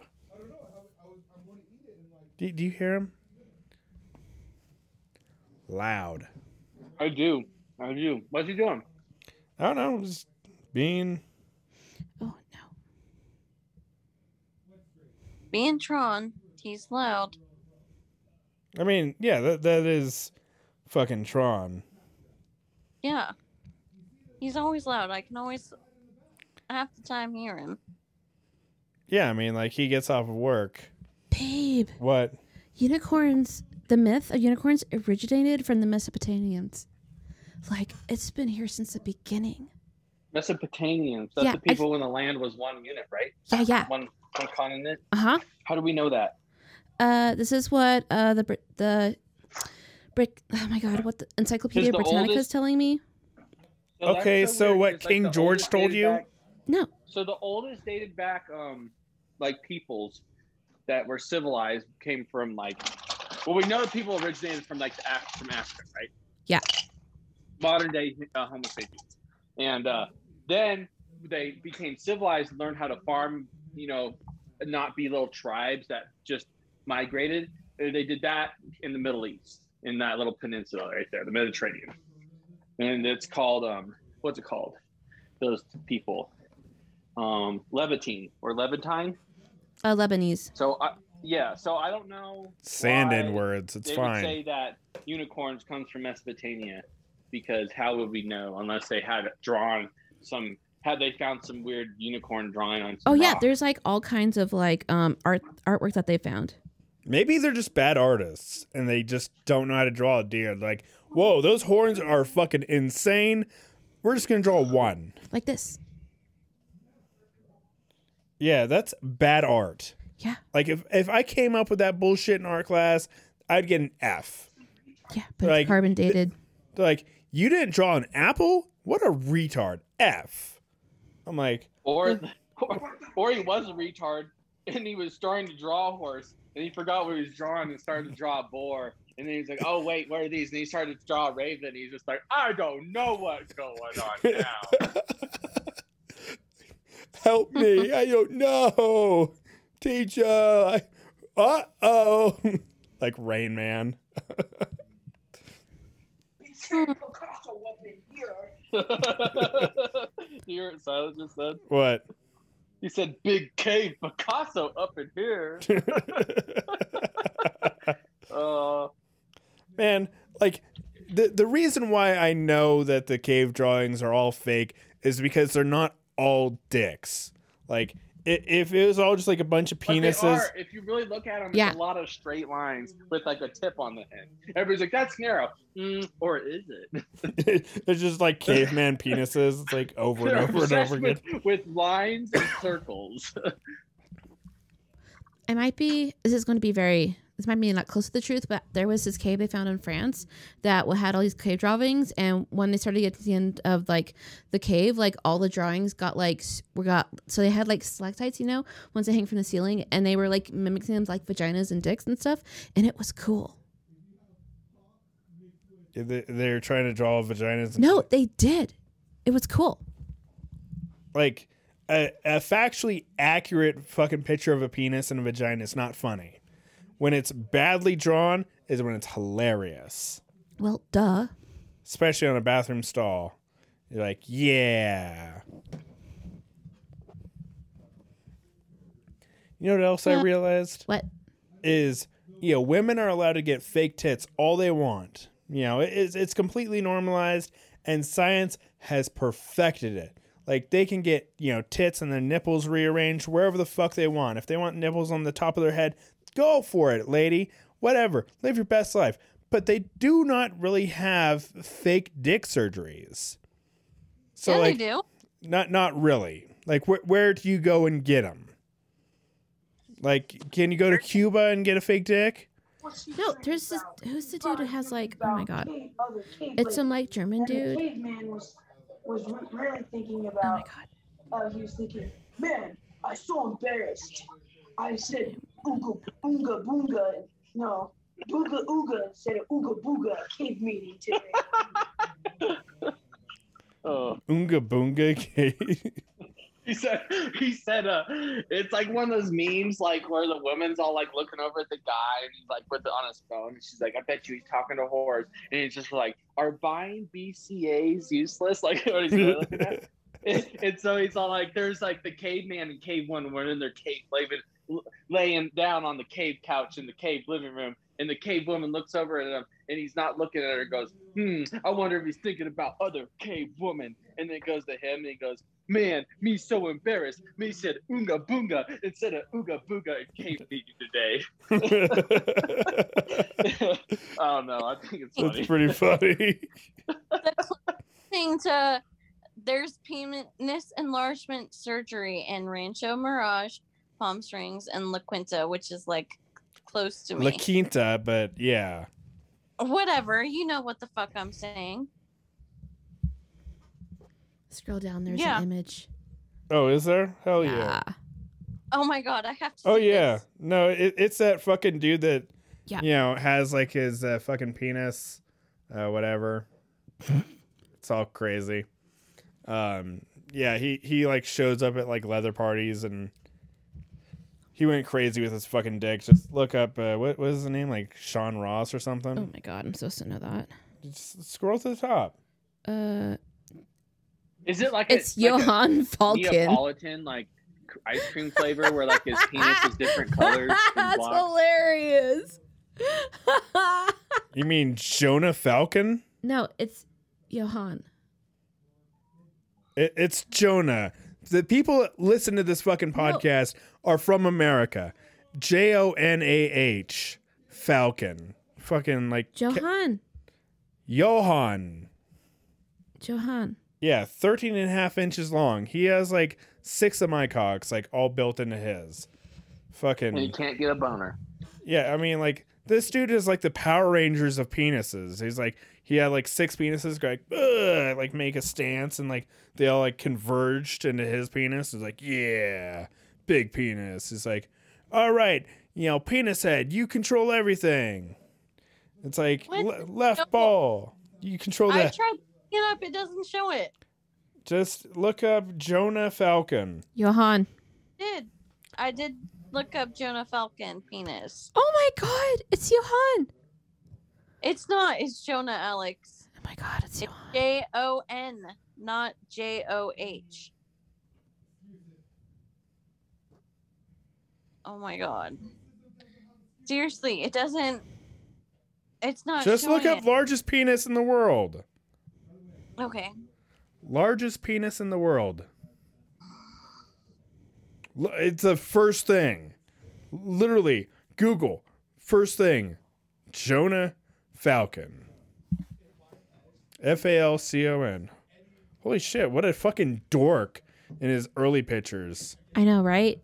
Do, do you hear him? Loud. I do. I do. What's he doing? I don't know. Just being. Oh no. Being Tron, he's loud. I mean, yeah, that, that is fucking Tron. Yeah. He's always loud. I can always half the time hear him. Yeah, I mean, like he gets off of work. Babe, What? unicorns, the myth of unicorns originated from the Mesopotamians. Like, it's been here since the beginning. Mesopotamians. That's Yeah, the I- people when the land was one unit, right? Yeah, yeah. One one continent. Uh huh. How do we know that? Uh, this is what uh the Brit- the brick. Oh my god, what the Encyclopedia the Britannica is oldest- telling me? So that's Okay, so weird, what, 'cause, King the George oldest told dated you? back- No. so the oldest dated back, um, like peoples that were civilized came from like. Well, we know that people originated from like the Af- from Africa, right? Yeah. Modern day uh, Homo sapiens, and uh, then they became civilized, and learned how to farm. You know, and not be little tribes that just migrated. Uh, They did that in the Middle East, in that little peninsula right there, the Mediterranean, and it's called um, what's it called? Those people, um, Levantine or Levantine. Uh, Lebanese. So I, yeah, so I don't know. Sand why in words. It's they would fine. say that unicorns comes from Mesopotamia because how would we know unless they had drawn some? Had they found some weird unicorn drawing on? Some Oh yeah, rock. there's like all kinds of like um art artwork that they found. Maybe they're just bad artists and they just don't know how to draw a deer. Like, whoa, those horns are fucking insane. We're just gonna draw one. Like this. Yeah, that's bad art. Yeah. Like if if I came up with that bullshit in art class, I'd get an F. Yeah, but Like, it's carbon dated. They're like, you didn't draw an apple? What a retard. F. I'm like, or, or or he was a retard and he was starting to draw a horse and he forgot what he was drawing and started to draw a boar and then he's like oh wait what are these and he started to draw a raven and he's just like i don't know what's going on now help me. I don't know. Teacher. I, uh-oh. like Rain Man. you hear what Silas just said What? he said big cave picasso up in here uh man like the the reason why i know that the cave drawings are all fake is because they're not all dicks like i- if it was all just like a bunch of But they penises are, if you really look at them, Yeah. it's a lot of straight lines with like a tip on the end. Everybody's like, "That's narrow," mm, or is it? it's just like caveman penises it's like over and They're over and obsessed over again with, with lines and circles. I might be. This is going to be very. this might be not close to the truth, but there was this cave they found in France that wa- had all these cave drawings, and when they started getting to the end of like the cave, like all the drawings got like s- were got so they had like stalactites, you know, ones that hang from the ceiling, and they were like mimicking them like vaginas and dicks and stuff, and it was cool. They- They're trying to draw vaginas. and- No, they did. It was cool. like a, a factually accurate fucking picture of a penis and a vagina is not funny. When it's badly drawn is when it's hilarious, Well, duh. especially on a bathroom stall. You're like, yeah. You know what else I Yeah. realized What? is, you know, women are allowed to get fake tits all they want. You know, it- it's it's completely normalized, and science has perfected it. Like they can get you know tits and their nipples rearranged wherever the fuck they want. If they want nipples on the top of their head, go for it, lady. Whatever, live your best life. But they do not really have fake dick surgeries. So yeah, like, they do. not not really. Like where where do you go and get them? Like can you go to Cuba and get a fake dick? No, there's this. Who's the dude who has like? Oh my god, it's some like German And the dude. caveman was, was re- really thinking Oh my about, god. uh, he was thinking, man, I'm so embarrassed. I said, ooga, oonga, boonga. No, booga, ooga instead of ooga, booga, at cave meeting today. Oh. Unga boonga cake. He said, he said, uh, it's like one of those memes, like where the woman's all like looking over at the guy and he's like with it on his phone. And she's like, I bet you he's talking to whores. And he's just like, Are buying BCAs useless? Like, what he's really looking at. and so he's all like, There's like the caveman and cave one were in their cave, laying, laying down on the cave couch in the cave living room. And the cave woman looks over at him and he's not looking at her and goes, Hmm, I wonder if he's thinking about other cave woman. And then it goes to him and he goes, Man, me so embarrassed. Me said oonga boonga instead of ooga booga in cave meeting today. I don't know. I think it's funny. That's pretty funny. Thing to there's penis enlargement surgery in Rancho Mirage, Palm Springs, and La Quinta, which is like close to me. La Quinta, but yeah. Whatever, you know what the fuck I'm saying. Scroll down. There's Yeah. an image. Oh, is there? Hell yeah. Ah. Oh my god, I have to. Oh do yeah. this. No, it, it's that fucking dude that Yeah. you know has like his uh, fucking penis, uh, whatever. it's all crazy. Um, yeah, he he like shows up at like leather parties and he went crazy with his fucking dick. Just look up uh, what was his name like Sean Ross or something. Oh my god, I'm supposed to know that. Just scroll to the top. Uh, Is it like a- it's like a- Johann Falken. Neapolitan like c- ice cream flavor where like his penis is different colors and That's blocks. hilarious. You mean Jonah Falcon? no, it's Johann. It, it's Jonah. The people that listen to this fucking No. podcast are from America. J O N A H Falcon. Fucking like Ca- Johann. Johan. Johann. Yeah, 13 and a half inches long. He has like six of my cocks, like all built into his. And you Fucking. can't get a boner. Yeah, I mean, like, this dude is like the Power Rangers of penises. He's like, he had like six penises, go, like, "Ugh," like make a stance, and like they all like converged into his penis. He's like, yeah, big penis. He's like, all right, you know, penis head, you control everything. It's like What? le- left No. ball, you control I that. tried looking it up, it doesn't show it. Just look up Jonah Falcon. Johann. Did I did look up Jonah Falcon penis? Oh my god, it's Johann. It's not. It's Jonah Alex. Oh my god, it's Johann. J O N, not J O H. Oh my god. Seriously, it doesn't. It's not. Just look showing up largest penis in the world. it. Okay. Largest penis in the world. L- It's the first thing. Literally, Google first thing. Jonah Falcon. F A L C O N. Holy shit! What a fucking dork in his early pictures. I know, right?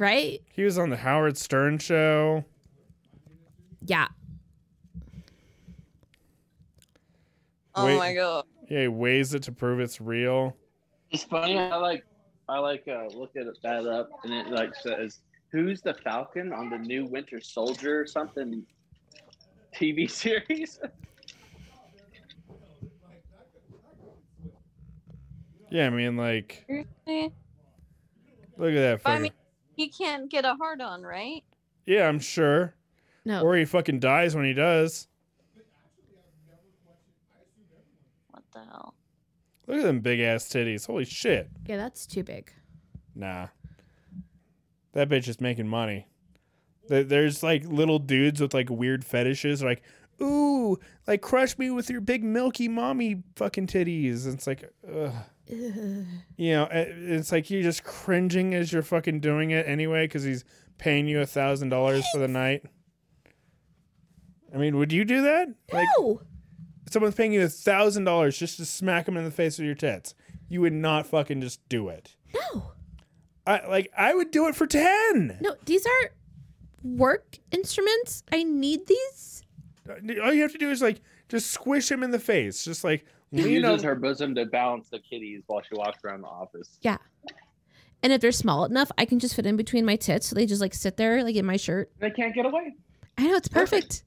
right? He was on the Howard Stern show. Yeah. Oh Wait. my god. Yeah, he weighs it to prove it's real. It's funny. I like I like uh, look at that up, and it like says who's the Falcon on the new Winter Soldier or something TV series. Yeah, I mean, like, Seriously? look at that. But I fucking- mean- He can't get a hard on, right? yeah, I'm sure. No. Or he fucking dies when he does. What the hell? Look at them big ass titties. Holy shit. yeah, that's too big. Nah. That bitch is making money. There- There's like little dudes with like weird fetishes, like, ooh, like crush me with your big milky mommy fucking titties. It's like, ugh. Ugh. You know, it- it's like you're just cringing as you're fucking doing it anyway because he's paying you a thousand dollars for the night. I mean, would you do that? Like, no. someone's paying you a thousand dollars just to smack them in the face with your tits. You would not fucking just do it. No. I like, I would do it for ten. No, these are work instruments. I need these. All you have to do is like just squish him in the face, just like She lean uses over. her bosom to balance the kitties while she walks around the office. And if they're small enough, I can just fit in between my tits so they just like sit there like in my shirt. They can't get away. I know it's perfect.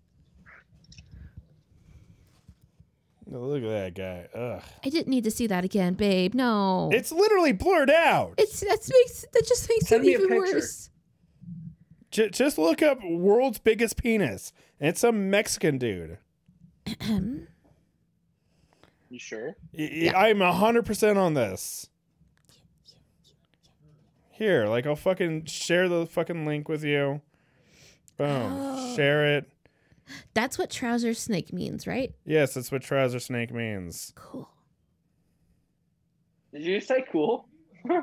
Look at that guy. Ugh. I didn't need to see that again, babe. No. It's literally blurred out. It's that makes that just makes Send it me a even picture. worse. J- just look up world's biggest penis. It's a Mexican dude. Ahem. You sure? Y- y- I'm hundred percent on this. Here, like I'll fucking share the fucking link with you. Boom. Oh. Share it. That's what trouser snake means, right? Yes, that's what trouser snake means. Cool. Did you say cool?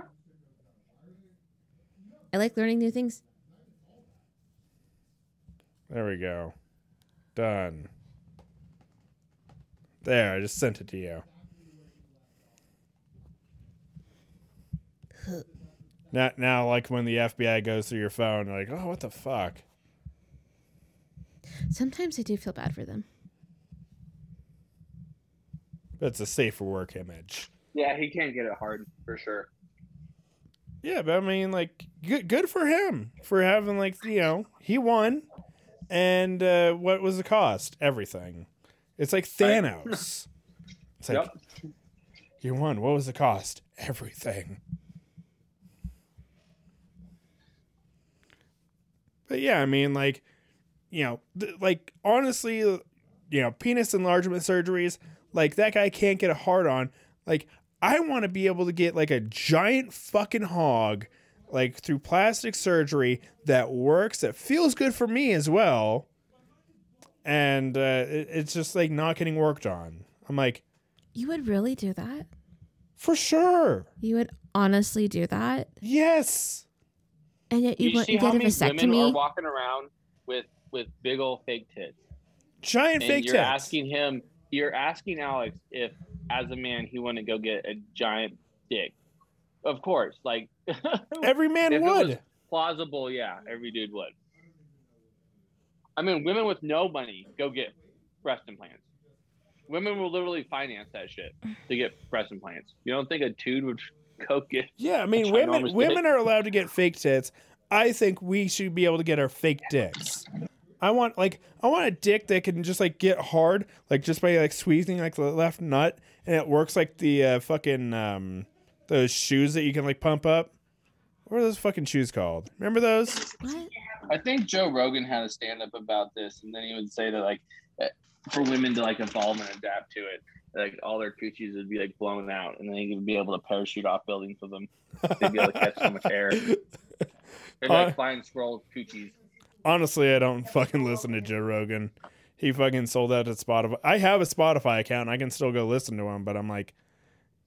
I like learning new things. There we go. Done. There, I just sent it to you. Now, now, like when the FBI goes through your phone, you're like, oh, what the fuck? Sometimes I do feel bad for them. That's a safer work image. yeah, he can't get it hard for sure. Yeah, but I mean, like, good, good for him for having, like, you know, he won. And uh, what was the cost? Everything. It's like Right. Thanos. It's like, Yep. you won. What was the cost? Everything. But yeah, I mean, like, you know, th- like honestly, you know, penis enlargement surgeries, like that guy can't get a hard on. Like, I want to be able to get like a giant fucking hog, like through plastic surgery that works, that feels good for me as well. And uh, it- it's just like not getting worked on. I'm like, You would really do that? for sure. You would honestly do that? Yes. And yet you, you see wouldn't how get a many women are vasectomy? walking around with with big old fake tits. Giant and fake you're tits. asking him you're asking alex if as a man he want to go get a giant dick of course like Every man If it would. was- plausible yeah every dude would i mean women with no money go get breast implants women will literally finance that shit to get breast implants you don't think a dude would go get yeah, I mean, That's women ginormous women dick. are allowed to get fake tits. I think we should be able to get our fake dicks. I want like I want a dick that can just like get hard, like just by like squeezing like the left nut, and it works like the uh, fucking um those shoes that you can like pump up. What are those fucking shoes called? Remember those? What? I think Joe Rogan had a stand up about this, and then he would say that like eh, for women to like evolve and adapt to it, like all their coochies would be like blown out, and they would be able to parachute off buildings with them. They'd be able to catch so much air. They're Uh, like flying squirrel coochies. Honestly, I don't fucking listen to Joe Rogan. He fucking sold out to Spotify. I have a Spotify account. And I can still go listen to him, but I'm like,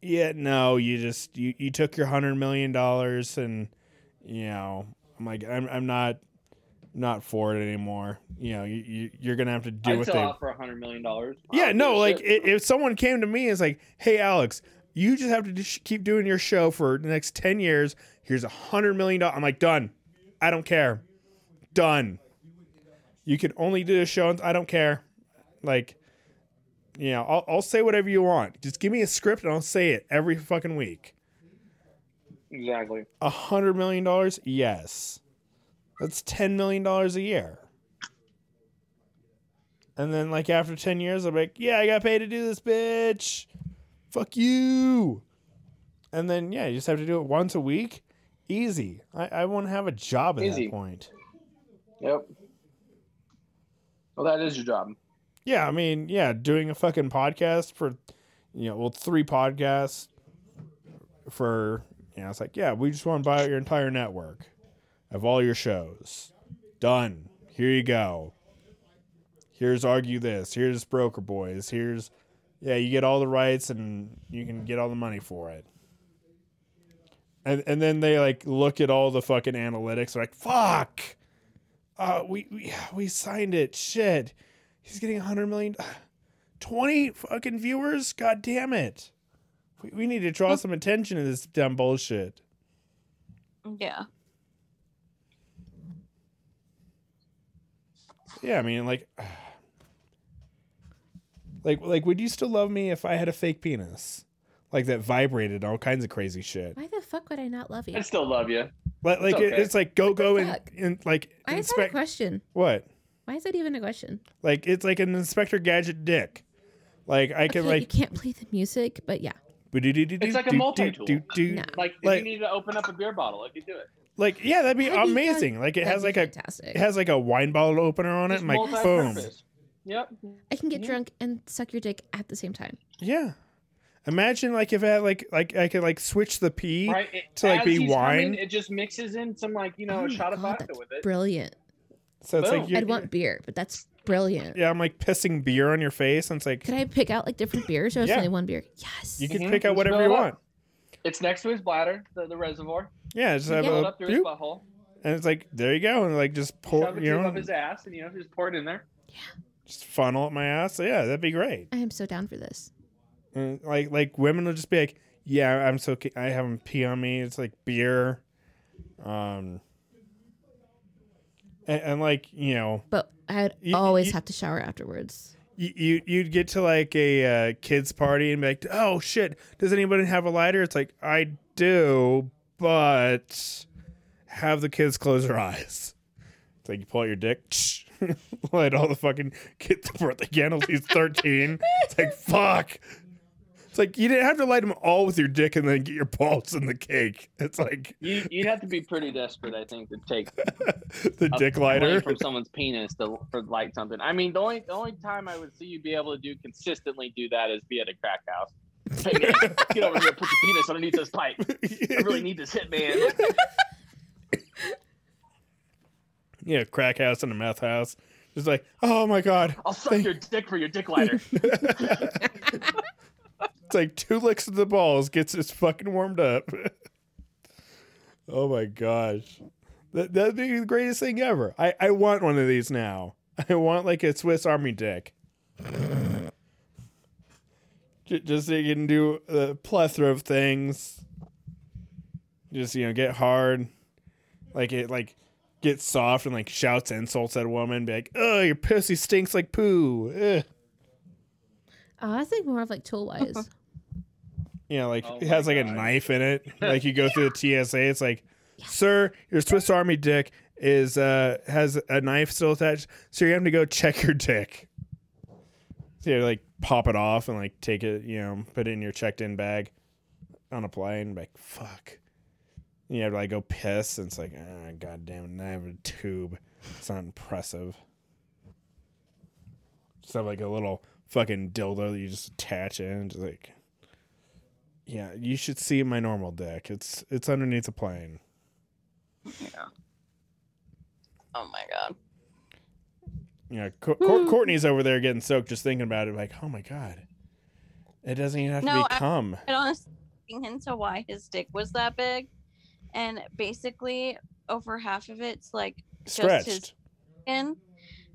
yeah, no, you just you, you took your hundred million dollars, and you know, I'm like, I'm I'm not not for it anymore. You know, you, you you're gonna have to do I'd what sell they. out for a hundred million dollars. Yeah, no, like i if someone came to me and is like, "Hey, Alex, you just have to just keep doing your show for the next ten years. Here's a hundred million dollars." I'm like, done. I don't care. Done. You can only do the show. on- I don't care. Like, you know, I'll, I'll say whatever you want. Just give me a script and I'll say it every fucking week. Exactly. A hundred million dollars? Yes. That's ten million dollars a year. And then like after ten years, I'm like, yeah, I got paid to do this, bitch. Fuck you. And then yeah, you just have to do it once a week. Easy. I, I won't have a job at Easy. that point. Yep. Well, that is your job. Yeah, I mean, yeah, doing a fucking podcast for, you know, well, three podcasts for, you know, it's like, yeah, we just want to buy out your entire network of all your shows. Done. Here you go. Here's Argue This. Here's Broker Boys. Here's, yeah, you get all the rights and you can get all the money for it. And, and then they like look at all the fucking analytics. They're like, fuck, uh, we, we we signed it. Shit, He's getting 100 million. 20 fucking viewers? God damn it. We, we need to draw some attention to this dumb bullshit. Yeah. Yeah, I mean, like, like, like, would you still love me if I had a fake penis? Like that vibrated, all kinds of crazy shit. Why the fuck would I not love you? I still love you. Like, like It's it- okay. it's like go go and, Fuck. and like Why is that a inspect question? what? Why is that even a question? Like it's like an Inspector Gadget dick. Like I Okay, can you like can't play the music, but yeah. it's like a multi-tool. No. Like, if Like- you needed to open up a beer bottle, I could do it. Like yeah, that'd be That'd be amazing. like it That'd has be like a fantastic. It has like a wine bottle opener on it. Just and like, boom. multi-purpose. Yep. I can get Yeah. drunk and suck your dick at the same time. Yeah. Imagine like if I had like like I could like switch the pee. Right. It, to, like, as be he's wine. coming, it just mixes in some like you know Oh a my shot of God, vodka that's with it. Brilliant. So it's like Boom. you. I'd want beer, but that's brilliant. yeah, I'm like pissing beer on your face, and it's like Could I pick out like different beers or is Yeah. only one beer? Yes. you can Mhm. pick You out just whatever fill you it up. want. It's next to his bladder, the, the reservoir. Yeah, just You have can Fill it a up through his boop, butthole. and it's like there you go, and like just Shove pour, it you through know, up his ass, and you know just pour it in there. just funnel up my ass. So, yeah, that'd be great. I am so down for this. And like like women will just be like, yeah, I'm so ca- I have them pee on me. It's like beer, um, and, and like you know. But I'd You- always you- have to shower afterwards. you you- you'd get to like a uh, kids party and be like, "Oh shit, does anybody have a lighter?" It's like I do, but have the kids close their eyes. It's like you pull out your dick, light all the fucking kids for the candle. He's thirteen. It's like fuck. It's like you didn't have to light them all with your dick and then get your balls in the cake. It's like You you'd have to be pretty desperate, I think, to take the a dick flame lighter. from someone's penis to for light something. I mean, the only the only time I would see you be able to do consistently do that is be at a crack house. Hey man, get over here, put your penis underneath this pipe. I really need this hit, man. yeah, crack house and a meth house. Just like, oh my god, I'll suck your dick for your dick lighter. It's like two licks of the balls gets us fucking warmed up. oh my gosh. That that'd be the greatest thing ever. I, I want one of these now. I want like a Swiss Army dick. Ju- Just so you can do a plethora of things. Just you know, get hard. Like it like gets soft and like shouts insults at a woman, be like, Oh, your pussy stinks like poo. Ugh. Oh, I think more of like tool wise. you know, like Oh it has my like a God. knife in it. Like you go through the TSA, it's like, sir, your Swiss Army dick is uh has a knife still attached, so you have to go check your dick. So you like pop it off and like take it, you know, put it in your checked in bag on a plane. Like fuck, you have to like go piss, and it's like, ah, goddamn, I have a tube. It's not impressive. Just have like a little fucking dildo that you just attach in, just like. Yeah, you should see my normal deck. It's it's underneath the plane. Oh my god. Yeah, Co- Cour- Courtney's over there getting soaked just thinking about it. Like, oh my god, it doesn't even have No, to be I- cum. It honestly into why his dick was that big, and basically over half of it's like Stretched. his- in,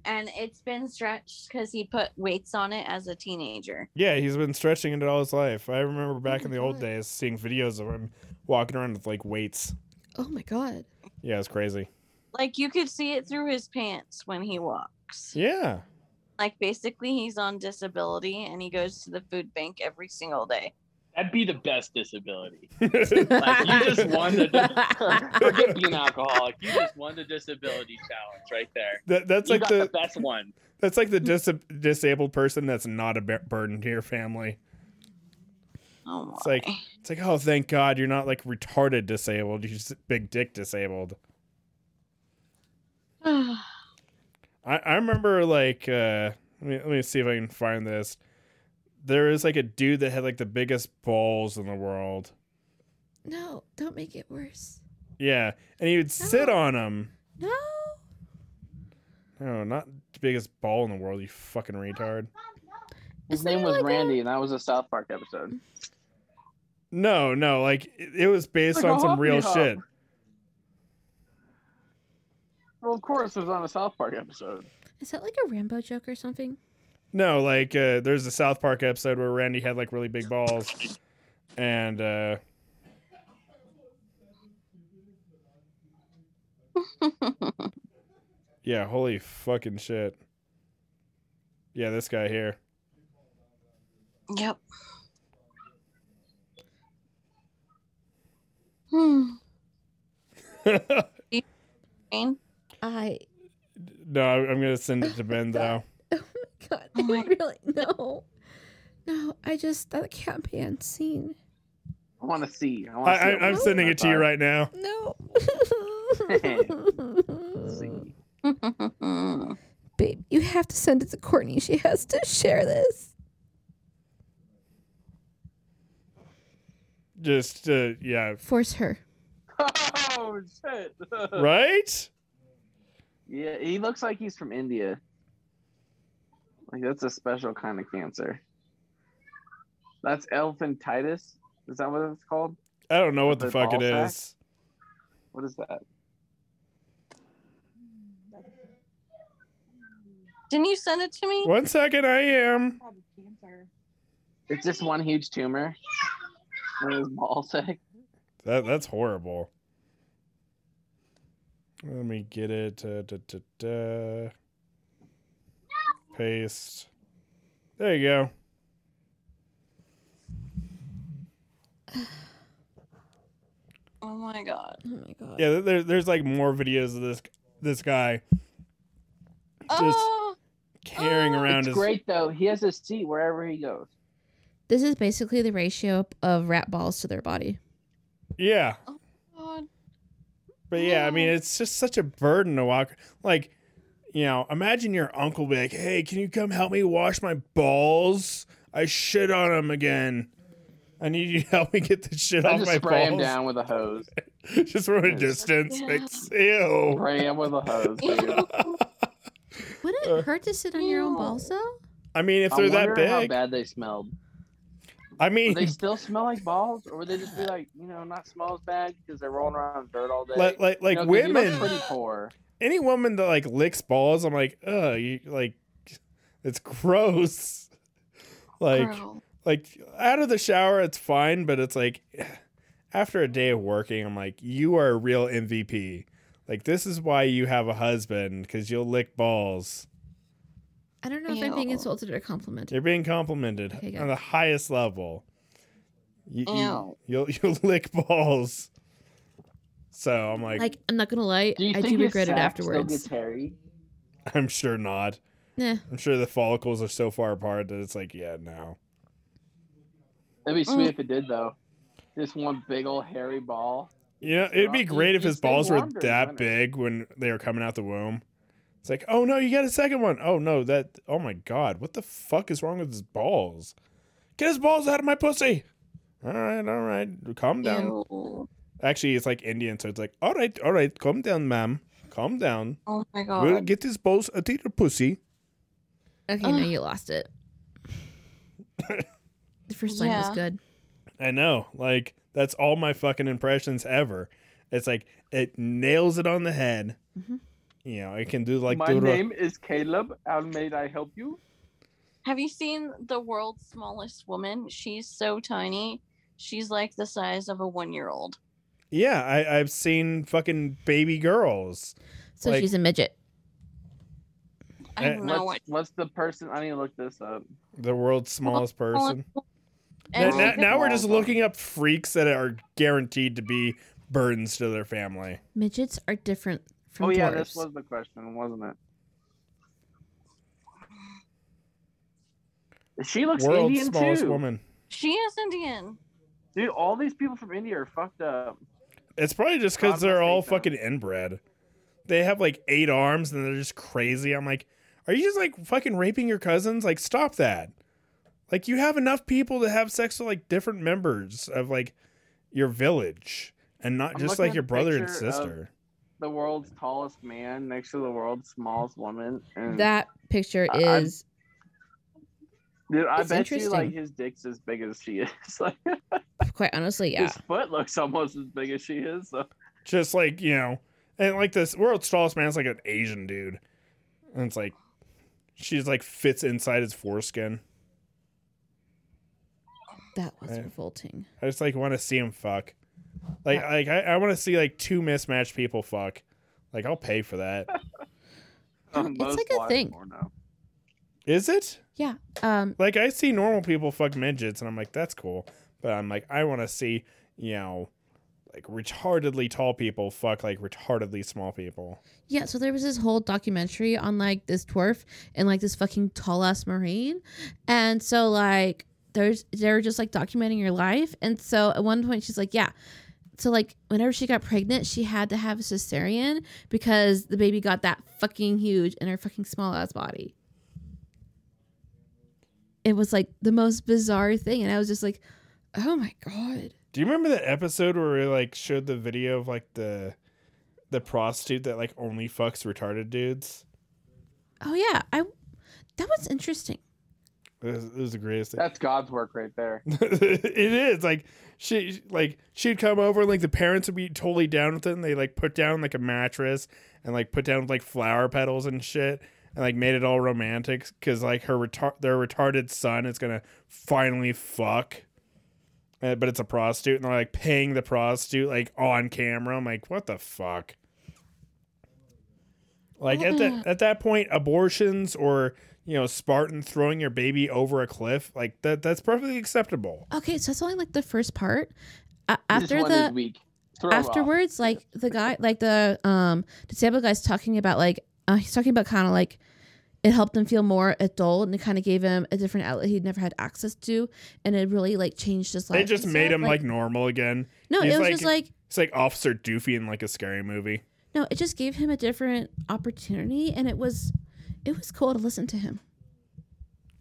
and it's been stretched because he put weights on it as a teenager. Yeah, he's been stretching it all his life. I remember back in the old God. days seeing videos of him walking around with like weights. oh my god. Yeah, it's crazy. Like you could see it through his pants when he walks. Yeah. Like basically he's on disability and he goes to the food bank every single day. That'd be the best disability. Like you just won the forget being alcoholic. You just won the disability challenge right there. That, that's you like got the, the, best one. that's like the dis- disabled person that's not a bur- burden to your family. Oh my. It's like it's like oh thank God you're not like retarded disabled. You're just big dick disabled. I, I remember like uh let me, let me see if I can find this. There was like a dude that had like the biggest balls in the world. no, don't make it worse. Yeah, and he would sit Oh. on him. No. No, not the biggest ball in the world. You fucking retard. His Isn't name it was like a- Randy, and that was a South Park episode. No, no, like it, it was based Like a on some hobby real hop. shit. Well, of course, it was on a South Park episode. Is that like a Rambo joke or something? No, like uh, there's a South Park episode where Randy had like really big balls, and uh, yeah, holy fucking shit. Yeah, this guy here. Yep. Hmm. Rain? I. no, I- I'm gonna send it to Ben though. Oh my god. Oh my- I really no. No, I just that can't be unseen. I want to see. I I, want to see. I, I'm sending it to you right now. No. See. Babe, you have to send it to Courtney. She has to share this. Just uh, yeah, Force her. Oh shit! right? Yeah, he looks like he's from India. Like that's a special kind of cancer. That's elephantitis. Is that what it's called? I don't know what the The fuck it ball sack? is. What is that? Didn't you send it to me? One second, I am. It's just one huge tumor. One of those ball sack. That that's horrible. Let me get it. Uh, da, da, da. Paste. There you go. Oh my god. Oh my god. Yeah, there, there's like more videos of this this guy Oh, carrying Oh, around It's his. great though. He has a seat wherever he goes. This is basically the ratio of rat balls to their body. Yeah, god. but yeah, I mean, Yeah. it's just such a burden to walk. Like, you know, imagine your uncle be like, "Hey, can you come help me wash my balls? I shit on them again. I need you to help me get the shit I off just my spray him balls." down with a hose. just from a distance. Yeah. It's ew. Spray him with a hose. Dude. Would it Uh, hurt to sit on your own Ew. balls though? I mean, if I they're that wonder how big, bad they smelled. I Do they mean, still smell like balls, or would they just be like, you know, not smell as bad because they're rolling around in dirt all day? like like, like You know, 'cause you look women, pretty poor. any woman that like licks balls, I'm like, ugh, you, like, it's gross. Like, Girl. like out of the shower, it's fine, but it's like, after a day of working, I'm like, you are a real MVP. Like, this is why you have a husband because you'll lick balls. I don't know if I'm being Ew. insulted or complimented. You're being complimented Okay, good. on the highest level. You, you, Ew. you'll you'll lick balls. So I'm like, Like I'm not gonna lie, Do you I think do his regret it sack still gets afterwards. hairy? I'm sure not. Nah. I'm sure the follicles are so far apart that it's like, yeah, no. That'd be sweet Mm. if it did, though. Just one big old hairy ball. You know, it'd be You- great if you his stay balls were warm during that winter. big when they were coming out the womb. It's like, oh no, you got a second one. Oh no, that. Oh my god, what the fuck is wrong with his balls? Get his balls out of my pussy. All right, all right, calm down. Ew. Actually, it's like Indian, so it's like, all right, all right, calm down, ma'am, calm down. Oh my We'll god. get his balls out of your pussy. Okay, Ugh. now you lost it. the first line was Yeah. good. I know, like that's all my fucking impressions ever. It's like it nails it on the head. Mhm. You know, it can do like uh, My do the- name is Caleb. How may I help you? Have you seen the world's smallest woman? She's so tiny. She's like the size of a one year old. Yeah, I, I've seen fucking baby girls. So Like- she's a midget. I Eh, don't know What's, what. what's the person? I need to look this up. The world's smallest person. Now, and Well, now- she- now we're just well, looking up freaks that are guaranteed to be burdens to their family. Midgets are different from oh yeah, dwarves. this was the question, wasn't it? She looks World's Indian smallest too, woman. she is Indian. dude. All these people from India are fucked up. It's probably just because God they're must all hate them. fucking inbred. They have like eight arms and they're just crazy. I'm like, are you just like fucking raping your cousins? Like, stop that. Like, you have enough people to have sex with like different members of like your village and not I'm just looking like at your the brother and picture of- sister. The world's tallest man next to the world's smallest woman. And That picture I- I'm- is dude, I that's bet you like interesting. his dick's as big as she is. Like quite honestly, yeah. his foot looks almost as big as she is. So. Just like, you know, and like this world's tallest man's like an Asian dude. And it's like, she's like fits inside his foreskin. That was Right. revolting. I just like want to see him fuck. Like Yeah. like I, I want to see like two mismatched people fuck. Like I'll pay for that. Um, it's most like a wives thing. are now. Is it? Um, Like I see normal people fuck midgets and I'm like that's cool, but I'm like I want to see, you know, like retardedly tall people fuck like retardedly small people. Yeah, so there was this whole documentary on like this dwarf and like this fucking tall ass marine, and so like there's they're just like documenting your life, and so at one point she's like, yeah, so like whenever she got pregnant, she had to have a cesarean because the baby got that fucking huge in her fucking small ass body. It was like the most bizarre thing, and I was just like, oh my god, Do you remember the episode where we like showed the video of like the the prostitute that like only fucks retarded dudes? oh yeah, I that was interesting. It was, it was the greatest thing. That's God's work right there. it is like she like she'd come over like the parents would be totally down with it and they like put down like a mattress and like put down like flower petals and shit and like made it all romantic because like her retar- their retarded son is gonna finally fuck Uh, but it's a prostitute and they're like paying the prostitute like on camera i'm like what the fuck like at that at that point abortions or you know spartan throwing your baby over a cliff like that that's perfectly acceptable Okay, so that's only like the first part. A This after one the is weak. Throw off. afterwards, like the guy, like the um disabled guy's talking about like uh, he's talking about kind of like it helped him feel more adult and it kind of gave him a different outlet he'd never had access to, and it really like changed his life. They just and made stuff. him like, normal again. no, he's it was like- just like It's like Officer Doofy in like a scary movie. no, it just gave him a different opportunity, and it was it was cool to listen to him.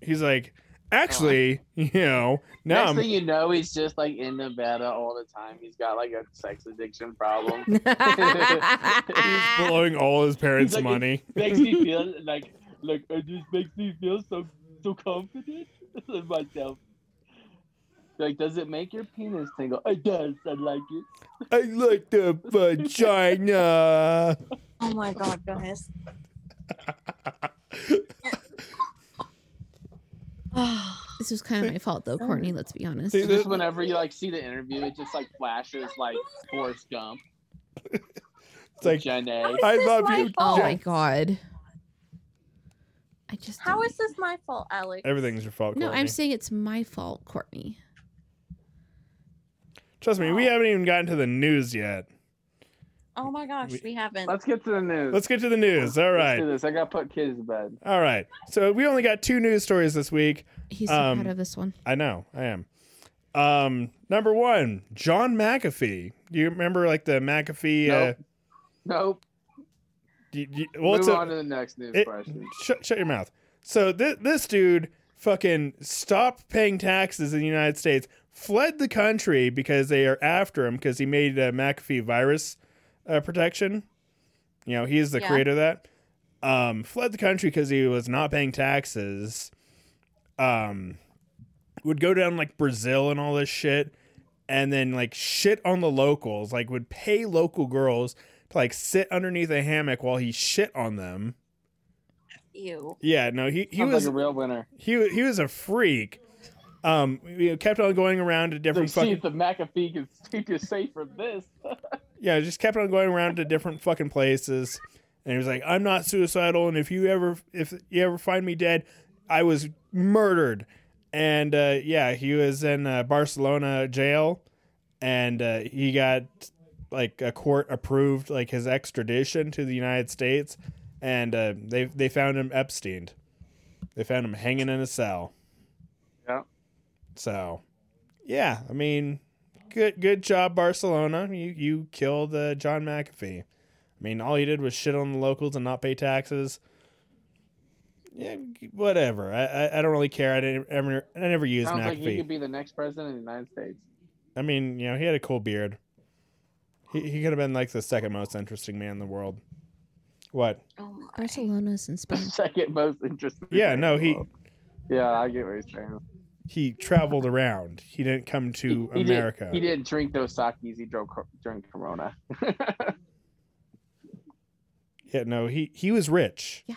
He's like, actually, you know, now Next I'm, thing you know, he's just like in Nevada all the time. He's got like a sex addiction problem. he's blowing all his parents' like, money. makes me feel like like it just makes me feel so so confident in myself. Like, does it make your penis tingle? It does. I like it. I like the vagina. Oh my god, guys. this was kind of my fault though, Courtney. Let's be honest. See, Just whenever you like see the interview, it just like flashes like Forrest Gump. It's like Gen A. I This is love my you. Oh fault. Jack. my god. I just How don't- is this my fault, Alex? Everything's your fault. No, I'm Courtney. saying it's my fault, Courtney. Trust me, we haven't even gotten to the news yet. Oh my gosh, We- we haven't. Let's get to the news. Let's get to the news. All Let's right. do this. I gotta put kids to bed. All right. So we only got two news stories this week. He's so Um, proud of this one. I know, I am. Um, number one, John McAfee. Do you remember like the McAfee? Uh, Nope. Nope. do you- do you- well, it's Move a- on to the next news it- question. shut, shut your mouth. So th- this dude fucking stopped paying taxes in the United States, fled the country because they are after him because he made uh, McAfee virus uh, protection. You know, he is the Yeah. creator of that. Um, fled the country because he was not paying taxes. Um, would go down like Brazil and all this shit, and then like shit on the locals. Like would pay local girls to like sit underneath a hammock while he shit on them. you. Yeah, no, he he Sounds was like a real winner. he wa- he was a freak. Um, we kept on going around to They different see fucking if the McAfee can think is safe for this. yeah, just kept on going around to different fucking places. And he was like, "I'm not suicidal, and if you ever if you ever find me dead, I was murdered." And uh, yeah, he was in uh, Barcelona jail, and uh, he got like a court approved like his extradition to the United States, and uh, they they found him Epstein. They found him hanging in a cell. Yeah. So, yeah, I mean, good good job Barcelona. You you killed uh, John McAfee. I mean, all he did was shit on the locals and not pay taxes. Yeah, whatever. I I, I don't really care. I didn't ever I never used Sounds like McAfee. he could be the next president of the United States. I mean, you know, he had a cool beard. He he could have been like the second most interesting man in the world. What? Oh my. Barcelona's in The Spain. second most interesting. Yeah, man in no, the he- world. Yeah, I get what you're saying. He traveled around. He didn't come to He- he didn't- America. he didn't drink those sakis. He drove cor- drank Corona. Yeah, no, he he was rich. Yeah.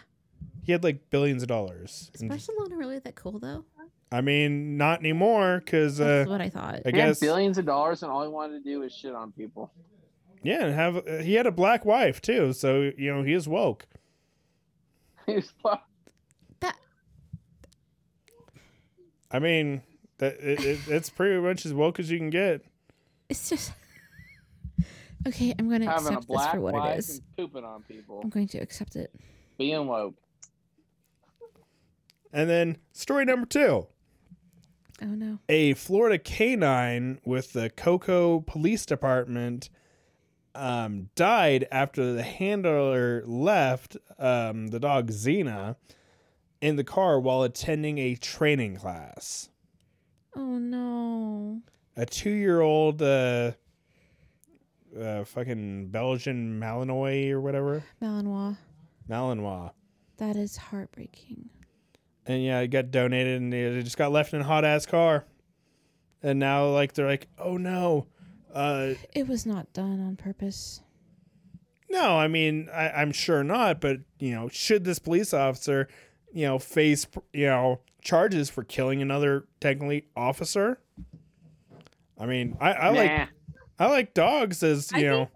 He had like billions of dollars. Is And- Barcelona really that cool though? I mean, not anymore because uh, That's what I thought. I he had guess billions of dollars, and all he wanted to do was shit on people. yeah, and have uh, he had a black wife too, so you know he is woke. He was fuck- I mean, that it, it, it's pretty much as woke as you can get. It's just okay. I'm going to having a accept this black for what it wife is. and pooping on people, I'm going to accept it. being woke. And then story number two: Oh no. a Florida canine with the Cocoa Police Department um, died after the handler left um, the dog Xena in the car while attending a training class. Oh no. a two year old uh, uh, fucking Belgian Malinois or whatever. Malinois. Malinois. That is heartbreaking. And yeah, it got donated and it just got left in a hot ass car. And now, like, they're like, oh no. Uh, It was not done on purpose. no, I mean, I, I'm sure not, but, you know, should this police officer, you know, face, you know, charges for killing another technically officer? I mean, I, I like Nah. I like dogs as I you know. think-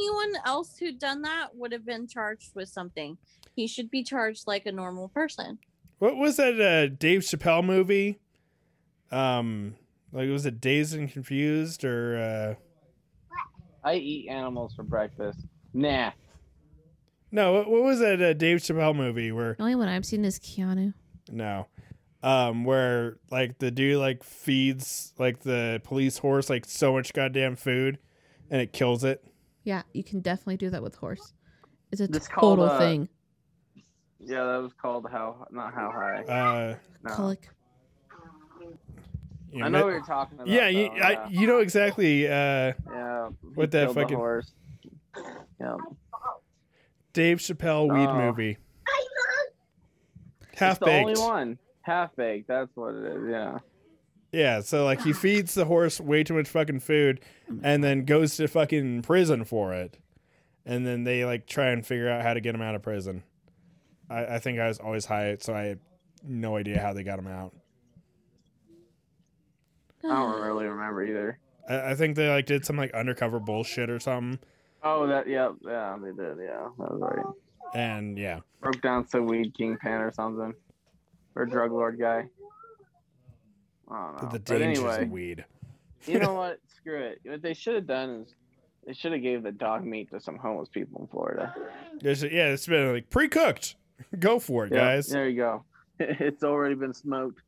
Anyone else who'd done that would have been charged with something. He should be charged like a normal person. What was that uh, Dave Chappelle movie? Um, like was it Dazed and Confused or uh, I eat animals for breakfast. Nah. no? What, what was that uh, Dave Chappelle movie where The only one I've seen is Keanu. no, um, where like the dude like feeds like the police horse like so much goddamn food, and it kills it. Yeah, you can definitely do that with horse. It's a It's called, total uh, thing. Yeah, that was called how not how high. Uh, No. Colic. you I know what mi- you're talking about. yeah, you, though, I, you know exactly. Uh, yeah. yeah. He With that killed the fucking- horse. Yeah. Dave Chappelle weed Oh. movie. It's Half the only baked. one. Half baked. That's what it is. Yeah. Yeah, so like he feeds the horse way too much fucking food and then goes to fucking prison for it. And then they like try and figure out how to get him out of prison. I, I think I was always high, so I had no idea how they got him out. I don't really remember either. I, I think they like did some like undercover bullshit or something. Oh, that. Yeah. Yeah. They did. Yeah. That was right. And yeah. Broke down some weed kingpin or something, or drug lord guy. I don't know. The but dangers anyway, of weed. you know what? Screw it. What they should have done is they should have gave the dog meat to some homeless people in Florida. There's, yeah, it's been like pre cooked. Go for it, Yeah, guys. There you go. It's already been smoked.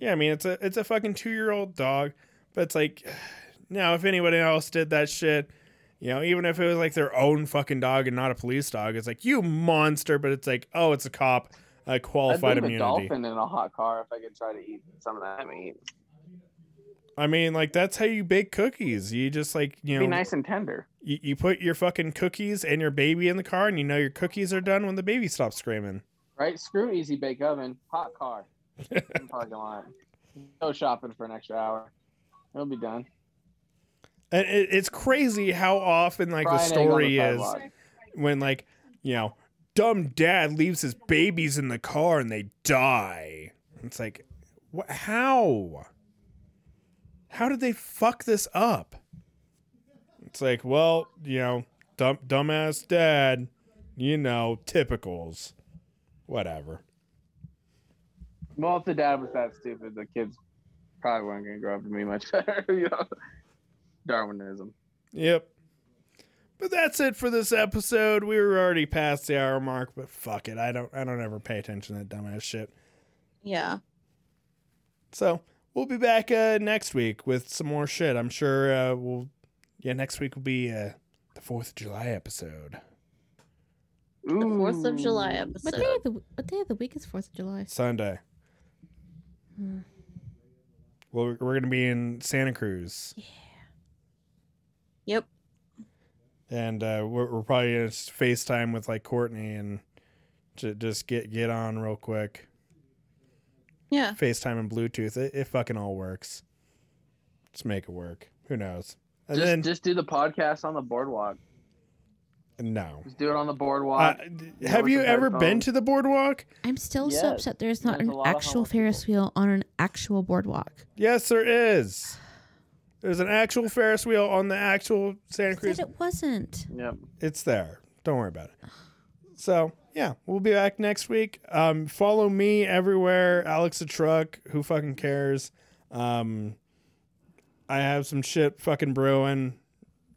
Yeah, I mean it's a it's a fucking two year old dog, but it's like now if anybody else did that shit, you know, even if it was like their own fucking dog and not a police dog, it's like you monster. But it's like oh, it's a cop. I I'd qualified leave a immunity. dolphin in a hot car if I could try to eat some of that meat. I mean, like that's how you bake cookies. You just like you Be know nice and tender. you, you put your fucking cookies and your baby in the car, and you know your cookies are done when the baby stops screaming. Right? Screw easy bake oven, hot car, in parking lot. Go shopping for an extra hour. It'll be done. And it, it's crazy how often like Fried the egg on the story is. sidewalk. when like you know dumb dad leaves his babies in the car and they die it's like What? How? How did they fuck this up? It's like, well, you know, dumb dumbass dad, you know, typicals, whatever. Well, if the dad was that stupid, the kids probably weren't going to grow up to be much better. You know, Darwinism. Yep. But that's it for this episode. We were already past the hour mark, but fuck it. I don't I don't ever pay attention to that dumbass shit. Yeah. So we'll be back uh, next week with some more shit. I'm sure uh, we'll. Yeah, next week will be uh, the Fourth of July episode. Ooh. The 4th of July episode. What day of the what day of the week is Fourth of July? Sunday. Hmm. Well, we're- we're gonna be in Santa Cruz, Yep. and uh, we're, we're probably gonna just FaceTime with like Courtney and ju- just get get on real quick. Yeah. FaceTime and Bluetooth. It, it fucking all works. Just make it work. Who knows? And just, then just do the podcast on the boardwalk. no. Just do it on the Uh, boardwalk. d- have you with the ever been headphones. to the boardwalk? I'm still so Yes. upset there's not There's a an lot of actual homeless Ferris wheel on an actual boardwalk. Yes, there is. There's an actual Ferris wheel on the actual Santa I Cruz. said it wasn't. yep. It's there. Don't worry about it. So yeah, we'll be back next week. Um, follow me everywhere. Alex the truck. Who fucking cares? Um, I have some shit fucking brewing.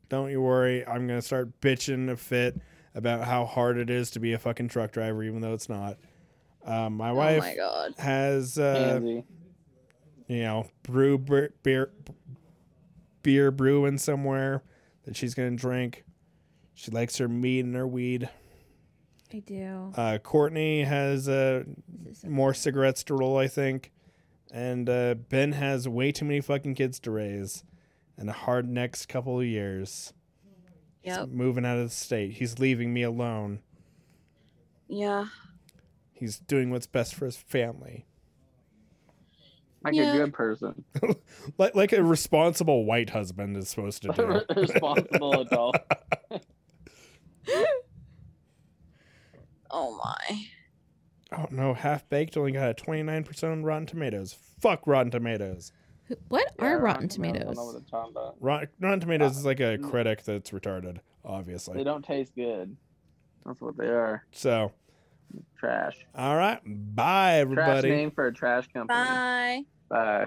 Don't you worry. I'm gonna start bitching a fit about how hard it is to be a fucking truck driver, even though it's not. Um, my Oh wife my god. has uh, Pansy. you know, brew beer, beer, beer brewing somewhere that she's gonna drink. She likes her meat and her weed. I do. Uh, Courtney has uh, more cigarettes to roll, I think, and uh, Ben has way too many fucking kids to raise, and a hard next couple of years. He's Yep. moving out of the state. He's leaving me alone. Yeah. He's doing what's best for his family, Like Yeah. a good person. like like a responsible white husband is supposed to do. Responsible adult. Oh my. Oh no, half baked only got a twenty nine percent on Rotten Tomatoes. Fuck Rotten Tomatoes. What Yeah, are Rotten I don't know what Tomatoes? they're talking about. Rotten, Rotten Tomatoes is like a critic that's retarded, obviously. They don't taste good. That's what they are. So, Trash. all right, bye Trash everybody. name for a trash company. Bye. Bye.